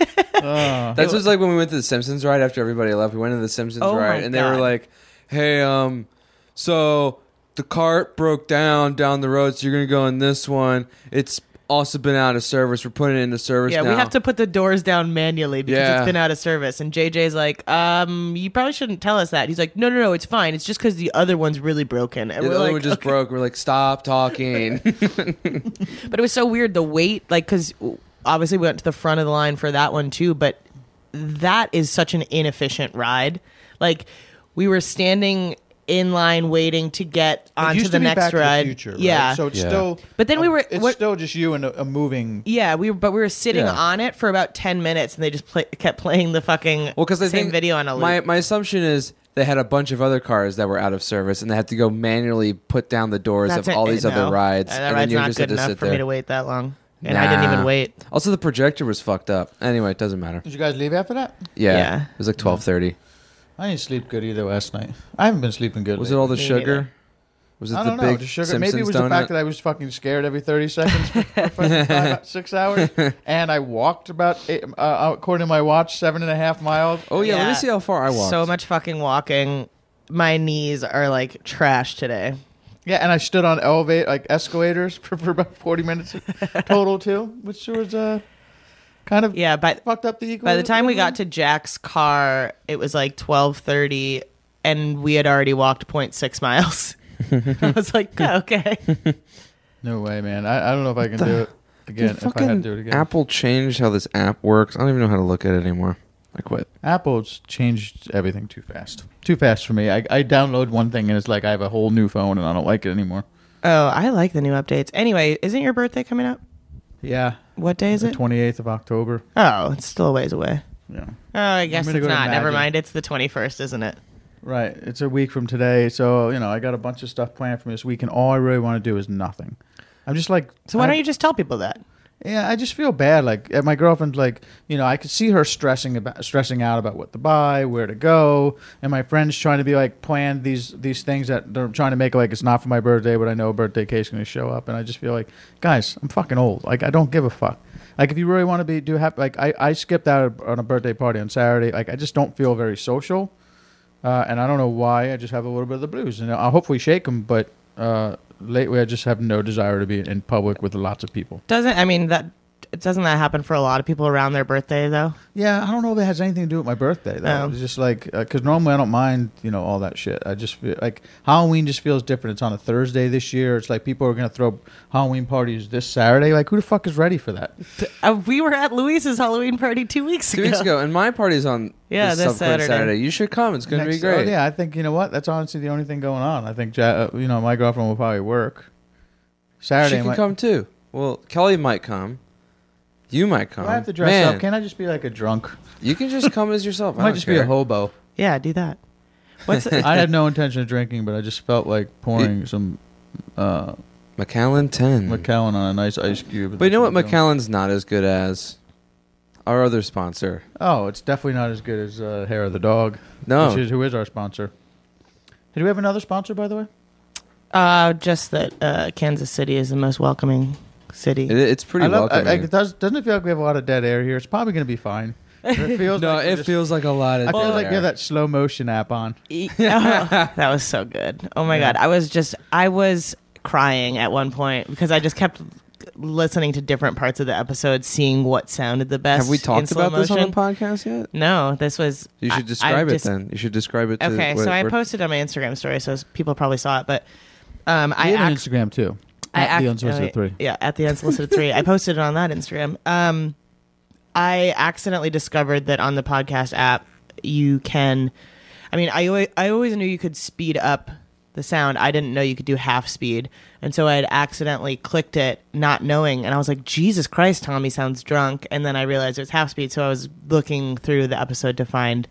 Uh-huh.
That's what's like when we went to the Simpsons ride after everybody left. We went to the Simpsons
Oh my
ride and they were
God.
like, "Hey, um, so the cart broke down down the road, so you're gonna go in this one. It's also been out of service. We're putting it into service.
yeah, we
now."
have to put the doors down manually because
Yeah.
it's been out of service. And JJ's like, um, you probably shouldn't tell us that. He's like, no, no, no, it's fine. It's just because the other one's really broken. And
The
we're
other
like,
one just
"Okay."
broke. We're like, stop talking.
<laughs> But it was so weird the wait, like, because obviously we went to the front of the line for that one too, but that is such an inefficient ride. Like, we were standing in line waiting to get
It
onto
used
the
to be
next
Back to the
ride.
Future, right?
Yeah.
So it's
Yeah.
still.
But then we were-
It's
what-
still just you and a, a moving.
Yeah, we were, but we were sitting
Yeah.
on it for about ten minutes, and they just play, kept playing the fucking
well, because I
same
think
video on a loop.
my my assumption is they had a bunch of other cars that were out of service and they had to go manually put down the doors
That's
of
a-
all these
no.
other rides.
Uh,
and
That
then
ride's
you
not
just
good
had to
enough
sit
for
there.
me to wait that long, and I didn't even
Nah.
wait.
Also, the projector was fucked up. Anyway, it doesn't matter.
Did you guys leave after that?
Yeah,
Yeah.
it was like twelve thirty.
I didn't sleep good either last night. I haven't been sleeping good.
Was it
lately.
all the
Me
sugar?
neither.
Was it
I
the
don't know.
big
Just sugar.
Simpsons
Maybe it was
donut?
the fact that I was fucking scared every 30 seconds for
<laughs>
fucking five, six hours. And I walked about, eight, uh, according to my watch, seven and a half miles.
oh yeah, let me
Yeah.
see how far I walked.
So much fucking walking. My knees are like trash today.
Yeah, and I stood on elevate like escalators <laughs> for, for about
<laughs>
40 minutes total, too, which was uh, kind of
Yeah, but
fucked up the equal.
by the time we got to Jack's car, it was like twelve thirty, and we had already walked 0.6 <laughs> miles. I was
<laughs>
like, okay.
No way, man. I, I don't know if I can do it again. If I
fucking
had to do it again.
Apple changed how this app works. I don't even know how to look at it anymore. I quit.
Apple's changed everything too fast. Too fast for me. I, I download one thing and it's like I have a whole new phone and I don't like it anymore.
Oh, I like the new updates. Anyway, isn't your birthday coming up?
Yeah.
What day is
the
it?
28th of October.
Oh, it's still a ways away.
Yeah.
Oh, I guess
gonna
it's
go to
not. Never
Maggie.
mind. It's the 21st, isn't it?
Right. It's a week from today, so you know I got a bunch of stuff planned for this week, and all I really want to do is nothing. I'm just like,
So why
I-
don't you just tell people that?
Yeah, I just feel bad. Like uh, my girlfriend's like, you know, I could see her stressing about stressing out about what to buy, where to go, and my friends trying to be like plan these these things that they're trying to make like it's not for my birthday, but I know a birthday cake's gonna show up, and I just feel like, guys, I'm fucking old. Like I don't give a fuck. Like if you really want to be do happy, like I I skipped out on a birthday party on Saturday. Like I just don't feel very social, uh, and I don't know why. I just have a little bit of the blues, and I'll hopefully shake them, but. Uh, Lately, I just have no desire to be in public with lots of people.
Doesn't I mean that doesn't that happen for a lot of people around their birthday though?
Yeah, I don't know if it has anything to do with my birthday though. It's just like because normally I don't mind you know all that shit. I just feel like Halloween just feels different. It's on a Thursday this year. It's like people are gonna throw Halloween parties this Saturday. Like who the fuck is ready for that?
Uh, we were at Louise's Halloween party two weeks
Two
ago.
weeks ago, and my party's on
Yeah,
this
this
subsequent
Saturday.
Saturday. You should come. It's going to be
Next-
great.
Oh, yeah, I think you know what. That's honestly the only thing going on. I think Ja- uh, you know my girlfriend will probably work
She
Saturday.
can
might-
come too. Well, Kelly might come. You might come.
Do I have to dress
Man,
up. Can I just be like a drunk?
you can
<laughs>
just come as yourself.
I,
I
might
don't
just be
care.
a hobo.
Yeah, do that.
<laughs>
What's
I had no intention of drinking, but I just felt like pouring some uh,
McAllen ten.
Macallan on a nice ice cube.
but you know what?
That's I'm doing.
McAllen's not as good as our other sponsor.
Oh, it's definitely not as good as uh, Hair of the Dog,
No,
which is who is our sponsor. Did we have another sponsor, by the way?
uh, just that uh, Kansas City is the most welcoming city.
it, it's pretty
I love. I, I,
welcoming.
it does, doesn't it feel like we have a lot of dead air here? It's probably going to be fine.
<laughs>
It feels
no,
like we're
it
just-
feels like a lot of.
I feel
dead
like we
air.
have that slow motion app on.
E- oh, that was so good. Oh my god, I was just I was crying at one point because I just kept listening to different parts of the episode, seeing what sounded the best.
Have we
in
talked
slow
about this on
motion.
the podcast yet?
No, this was.
You
I- I
should describe it
just-
then. You should describe it. To
Okay,
what
so I
we're-
posted on my Instagram story, so people probably saw it, but um, I
We have
act-
an Instagram too.
I
at
act-
the unsolicited
uh,
three.
Yeah, at the unsolicited three. I posted it on that Instagram. Um, I accidentally discovered that on the podcast app you can. I mean, I always, I always knew you could speed up the sound. I didn't know you could do half speed, and so I had accidentally clicked it, not knowing. And I was like, Jesus Christ, Tommy sounds drunk. And then I realized it was half speed, so I was looking through the episode to find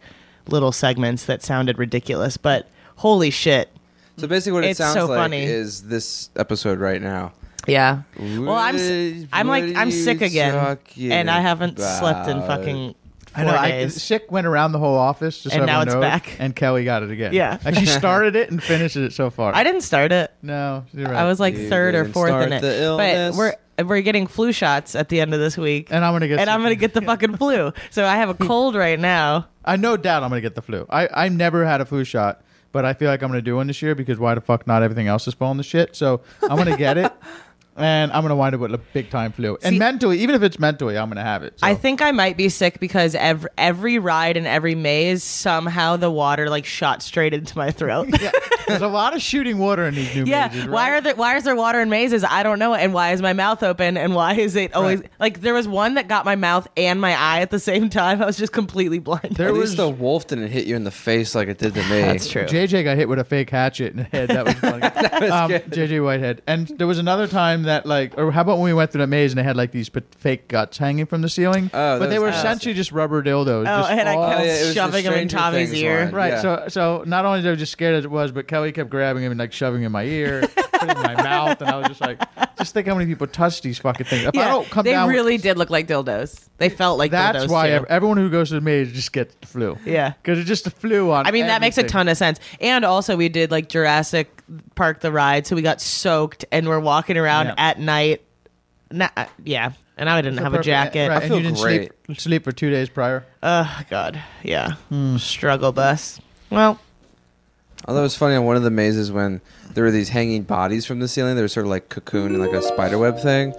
little segments that sounded ridiculous. But holy shit,
So basically, what it
It's
sounds
so
like
funny.
is this episode right now.
Yeah. Well, I'm s-
What
I'm like
are
I'm
you
sick again,
talking
and I haven't slept in
about?
fucking four
I know. I,
days.
sick went around the whole office, just so
And now
everyone
it's
knows,
back.
And Kelly got it again.
Yeah. <laughs>
like she started it and finished it so far.
I, didn't start it.
No, you're right.
I was like
You
third or
didn't
fourth
start
in it.
the
But
illness.
we're we're getting flu shots at the end of this week,
and I'm gonna get.
and I'm
sick.
gonna
<laughs>
get the fucking flu. So I have a cold right now.
I no doubt I'm gonna get the flu. I I never had a flu shot, but I feel like I'm gonna do one this year because why the fuck not? Everything else is falling to shit, so I'm gonna get
<laughs>
it, and I'm gonna wind up with a big time flu. and
See-
mentally, even if it's mentally, I'm gonna have it. So.
Oh.
I think I might be sick because ev- every ride and every maze somehow the water like shot straight into my throat. <laughs>
Yeah, <laughs> there's a lot of shooting water in these new
Yeah.
mazes. Right?
Why are there why is there water in mazes? I don't know. And why is my mouth open? And why is it always
Right.
like there was one that got my mouth and my eye at the same time. <laughs> I was just completely blind.
At
there was
least the wolf didn't hit you in the face like it did to me.
That's true.
JJ got hit with a fake hatchet in the head. That was
<laughs>
funny. um, JJ Whitehead. And there was another time that like, or how about when we went through the maze and they had like these p- fake guts hanging from the ceiling?
Oh,
but
that
they
was
were
nasty.
essentially just rubber dildos.
Oh,
just
and I
all-
kept
Oh, yeah, it was the
shoving him in
Stranger
Tommy's
Things
ear.
line.
Right.
Yeah.
So so not only did I was just scared as it was, but Kelly kept grabbing him and like shoving him in my
<laughs>
ear, putting it in my mouth, and I was just like, just think how many people touch these fucking things. If I
Yeah,
don't come
they
down, with-
really did look like dildos. They felt like dildos.
that's why
too.
ev- everyone who goes to the maze just gets the flu.
Yeah.
because it's just the flu on.
I mean, that makes a ton of sense. And also, we did like Jurassic Park the ride, so we got soaked and we're walking around
Yeah.
at night. Na- uh, yeah, and I didn't have a jacket.
Right, and
feel
you didn't sleep sleep for two days prior.
Oh God, yeah,
Hmm.
struggle bus. Well,
Although it's funny on one of the mazes when there were these hanging bodies from the ceiling, they were sort of like cocoon and like a spider web thing.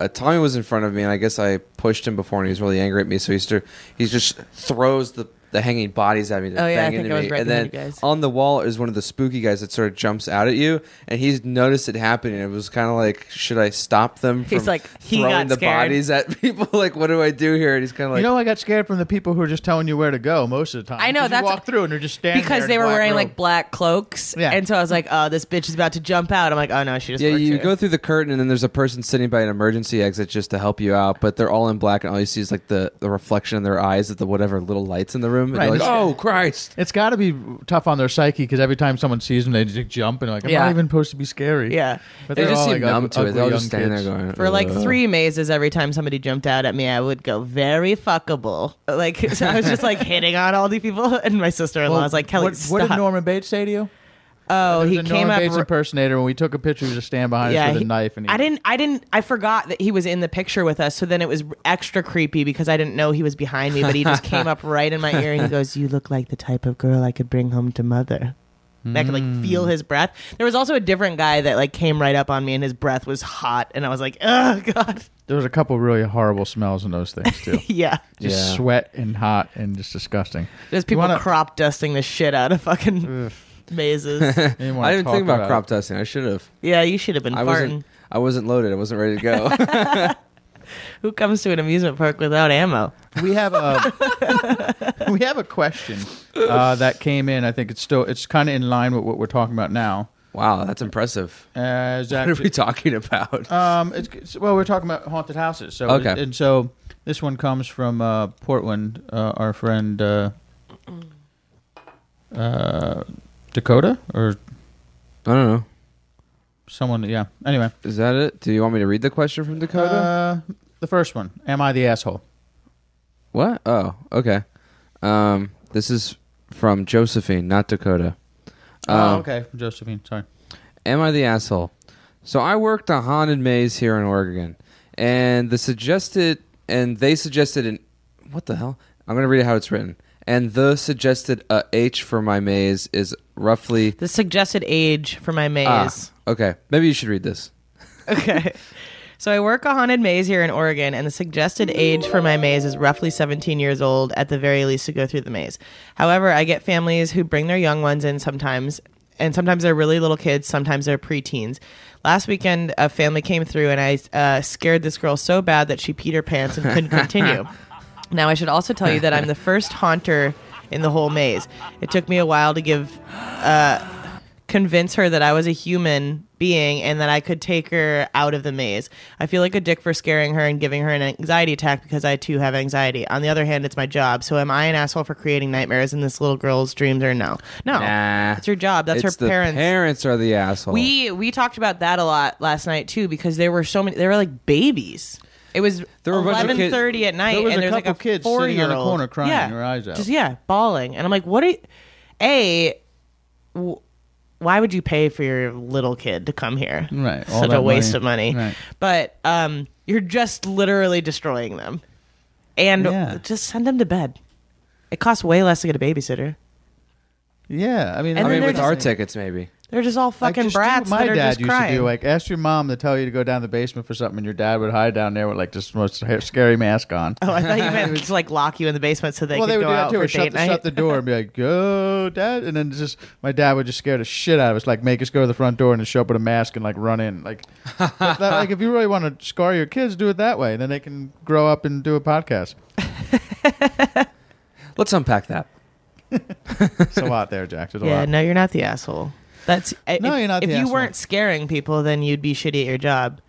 Uh, Tommy was in front of me, and I guess I pushed him before, and he was really angry at me. So he st- he just throws the, the hanging bodies at me to
Oh, yeah, I
bang
think
into
I was
me.
right
and then
behind you guys.
on the wall is one of the spooky guys that sort of jumps out at you, and he's noticed it happening. It was kind of like, should I stop them from
He's like, he
throwing
got
the
scared.
bodies at <laughs> people? like, what do I do here? And he's kind of like,
you know, I got scared from the people who are just telling you where to go most of the time.
I know,
'Cause
that's-
you walk through and they're just standing there
because
in
they were
black
wearing
robe.
like black cloaks,
Yeah.
and so I was like, "Oh, this bitch is about to jump out." I'm like, "Oh no, she just
Yeah,
worked
you
here."
go through the curtain, and then there's a person sitting by an emergency exit just to help you out. But they're all in black, and all you see is like the, the reflection in their eyes of the whatever little lights in the room room. And
Right.
they're like, oh Christ!
It's got to be tough on their psyche because every time someone sees them, they just jump and like, I'm
Yeah.
not even supposed to be scary.
Yeah.
But
They
they're
just
all,
seem
like,
numb
ug-
to it.
ugly
They'll just
young
stand there
kids.
going
For like
"Ugh."
three mazes, every time somebody jumped out at me, I would go very fuckable. Like <laughs> so I was just like hitting on all these people, <laughs> and my sister in law
Well,
was like, "Kelly,
what,
stop!"
what did Norman Bates say to you?
oh,
There was
he
a
came
Norman
up.
Bates
r-
impersonator when we took a picture. He was just standing behind us with
he-
a knife, and he,
I didn't. I didn't. I forgot that he was in the picture with us. So then it was extra creepy because I didn't know he was behind me. But he just
<laughs>
came up right in my ear and he goes, "You look like the type of girl I could bring home to mother." And I could like feel
Hmm.
his breath. There was also a different guy that like came right up on me and his breath was hot, and I was like, "Oh <laughs> God,
There was a couple really horrible smells in those things
<laughs>
too.
yeah."
just
Yeah.
sweat and hot and just disgusting.
There's people
wanna-
crop dusting the shit out of fucking
<laughs>
mazes.
I didn't,
I
wanna
didn't
talk
think about,
it.
crop dusting. I should have.
yeah, you should have been
I
farting.
wasn't. I wasn't loaded. I wasn't ready to
<laughs>
go. <laughs>
Who comes to an amusement park without ammo?
<laughs> we have a
<laughs>
we have a question uh, that came in. I think it's still it's kind of in line with what we're talking about now.
wow, that's impressive.
Uh, Zach,
What are we talking about?
um, it's, it's- well, we're talking about haunted houses. So
Okay.
and so this one comes from uh, Portland. Uh, our friend uh, uh, Dakota or
I don't know.
someone. Yeah. Anyway,
Is that it? Do you want me to read the question from Dakota?
uh, the first one. Am I the asshole?
What? Oh, okay. Um, this is from Josephine, not Dakota.
oh, okay, Josephine. Sorry.
Am I the asshole? So I worked a haunted maze here in Oregon, and the suggested and they suggested an what the hell? I'm gonna read it how it's written. And the suggested a H for my maze is roughly
The suggested age for my maze.
Ah, okay. Maybe you should read this.
Okay. So I work a haunted maze here in Oregon, and the suggested age for my maze is roughly 17 years old at the very least to go through the maze. However, I get families who bring their young ones in sometimes, and sometimes they're really little kids, sometimes they're preteens. Last weekend, a family came through, and I uh, scared this girl so bad that she peed her pants and couldn't continue. Now, I should also tell you that I'm the first haunter in the whole maze. It took me a while to give uh, convince her that I was a human being and that I could take her out of the maze. I feel like a dick for scaring her and giving her an anxiety attack because I too have anxiety. On the other hand, it's my job. So am I an asshole for creating nightmares in this little girl's dreams or no? No.
Nah.
It's your job. That's
it's
her
the
parents.
Parents are the asshole.
we we talked about that a lot last night too because there were so many there were like babies. It was
There were a bunch of kids-
11:30 at night
There was
and
a
there's like a
couple kids sitting on
four
the
year old
corner crying their eyes out.
Just yeah, bawling. And I'm like, what are you, a w- why would you pay for your little kid to come here?
Right, all
Such
that
a waste
money.
of money.
Right.
But um you're just literally destroying them. And
Yeah.
just send them to bed. It costs way less to get a babysitter.
Yeah, I mean,
And
I
then
mean,
they're
with our
just-
tickets, maybe.
They're just all
Like,
fucking
just do what
brats
My
that are
dad
just
used
crying.
to do like ask your mom to tell you to go down the basement for something, and your dad would hide down there with like this most ha- scary mask on.
Oh, <laughs> I thought you
<laughs>
meant to like lock you in the basement so they
well,
could
they would
go
do that
out
too.
for
Or
date
shut the,
night.
shut the door and be like, "Go, dad," and then just my dad would just scare the shit out of us, like make us go to the front door and just show up with a mask and like run in, like. but that- like if you really want to scar your kids, do it that way. Then they can grow up and do a podcast.
Let's unpack that.
It's a lot there, Jack. There's a
<laughs> yeah,
lot.
no, you're not the asshole. That's if,
No, you're not
If
the
you
asshole.
weren't scaring people, then you'd be shitty at your job.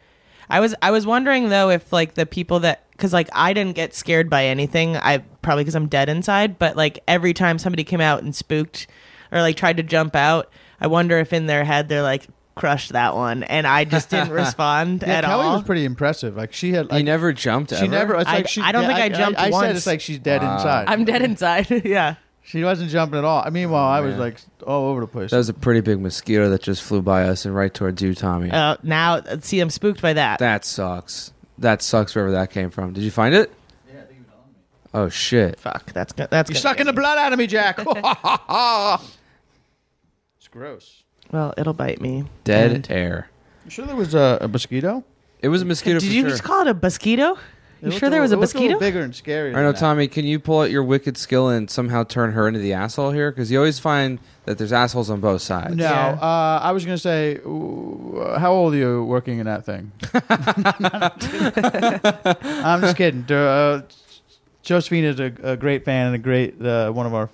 I was I was wondering though if like the people that because like I didn't get scared by anything. I probably because I'm dead inside. But like every time somebody came out and spooked or like tried to jump out, I wonder if in their head they're like crushed that one, and I
<laughs>
just didn't respond
Yeah,
at
Kelly
all.
was pretty impressive. Like she had,
You
like,
never jumped.
she
ever?
never. It's
I-
like she,
I don't
yeah,
think I jumped
I, said
once.
it's like she's dead inside.
I'm dead inside. <laughs> yeah.
She wasn't jumping at all. I mean, while I was
man.
like all over the place.
That was a pretty big mosquito that just flew by us and right towards you, Tommy.
Uh, now see, I'm spooked by that.
that sucks. That sucks. Wherever that came from. Did you find it? Yeah, I think it was on me. Oh shit!
Fuck. That's go- that's
You're
gonna
sucking
get
the
me.
blood out of me,
<laughs>
Jack. <laughs> it's gross.
Well, it'll bite me.
Dead
And-
air.
You sure there was a, a mosquito?
It was a mosquito.
Did
for
you
sure.
just call it a mosquito?
It
You
looked
sure there was a
little- it looked
mosquito?
little bigger and scarier.
I know,
than that.
Tommy. Can you pull out your wicked skill and somehow turn her into the asshole here? Because you always find that there's assholes on both sides.
No,
Yeah.
uh, I was gonna say, ooh, uh, how old are you working in that thing? I'm just kidding. Uh, Josephine is a, a great fan and a great uh, one of our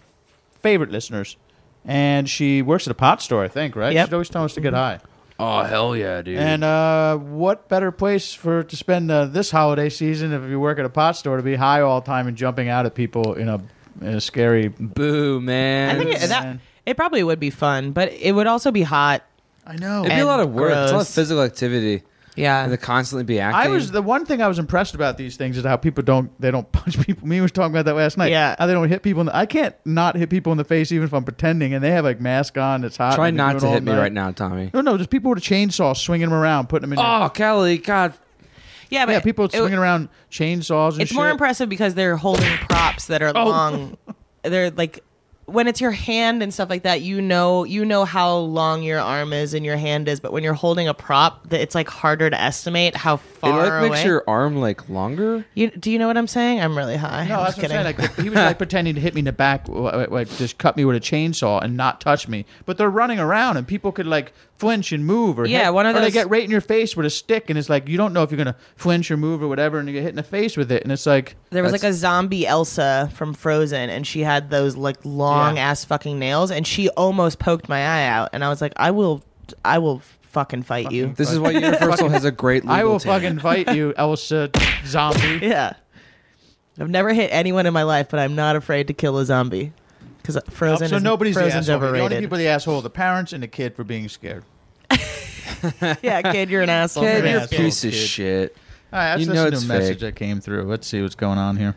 favorite listeners, and she works at a pot store, I think. Right?
Yep.
She's always telling us to get high.
Oh hell yeah, dude!
And uh, what better place for to spend uh, this holiday season if you work at a pot store to be high all the time and jumping out at people in a in a scary.
Boo, man.
I think it, that it probably would be fun, but it would also be hot.
I know.
It'd be a lot of work. It's a lot of
gross.
physical activity.
Yeah.
And to constantly be acting.
I was the one thing I was impressed about these things is how people don't they don't <laughs> punch people. Me was talking about that last night.
Yeah.
how they don't hit people. In the, I can't not hit people in the face even if I'm pretending, and they have like mask on. It's hot.
Try
and they've
not
been
to
doing it
hit me
all night.
right now, Tommy.
No, no, just people with a chainsaw swinging them around, putting them in.
Oh, Kelly, God. Oh,
yeah, but
yeah, people
it-
swinging around chainsaws. And
It's more
shit. Oh.
impressive because they're holding props that are
<laughs>
long. They're like when it's your hand and stuff like that, you know you know how long your arm is and your hand is, but when you're holding a prop, that it's like harder to estimate how
It
far
like makes
away.
your arm like longer.
you, do you know what I'm saying? I'm really high.
No,
I'm
that's
just
what I'm
kidding.
saying. Like, he was like pretending to hit me in the back, like, like just cut me with a chainsaw and not touch me. But they're running around, and people could like flinch and move, or
Yeah,
hit-
one of
or they
those-
get right in your face with a stick, and it's like you don't know if you're gonna flinch or move or whatever, and you get hit in the face with it, and it's like
There was like
that's-
a zombie Elsa from Frozen, and she had those like long ass fucking nails, and she almost poked my eye out, and I was like, I will, I will fucking fight you.
This is why Universal has a great legal
I will
team.
fucking
<laughs>
fight you, Elsa zombie.
<laughs> Yeah, I've never hit anyone in my life, but I'm not afraid to kill a zombie because Frozen.
so
is,
nobody's the
Frozen's
asshole. here. The only
overrated.
people <laughs> are the asshole are the parents and the kid for being scared.
<laughs> yeah,
<laughs>
kid, you're an asshole.
Kid,
Yeah,
you're a
it's
piece of
kid.
shit.
All right, let's
You know
listen to
it's
a message
fake.
that came through. Let's see what's going on here.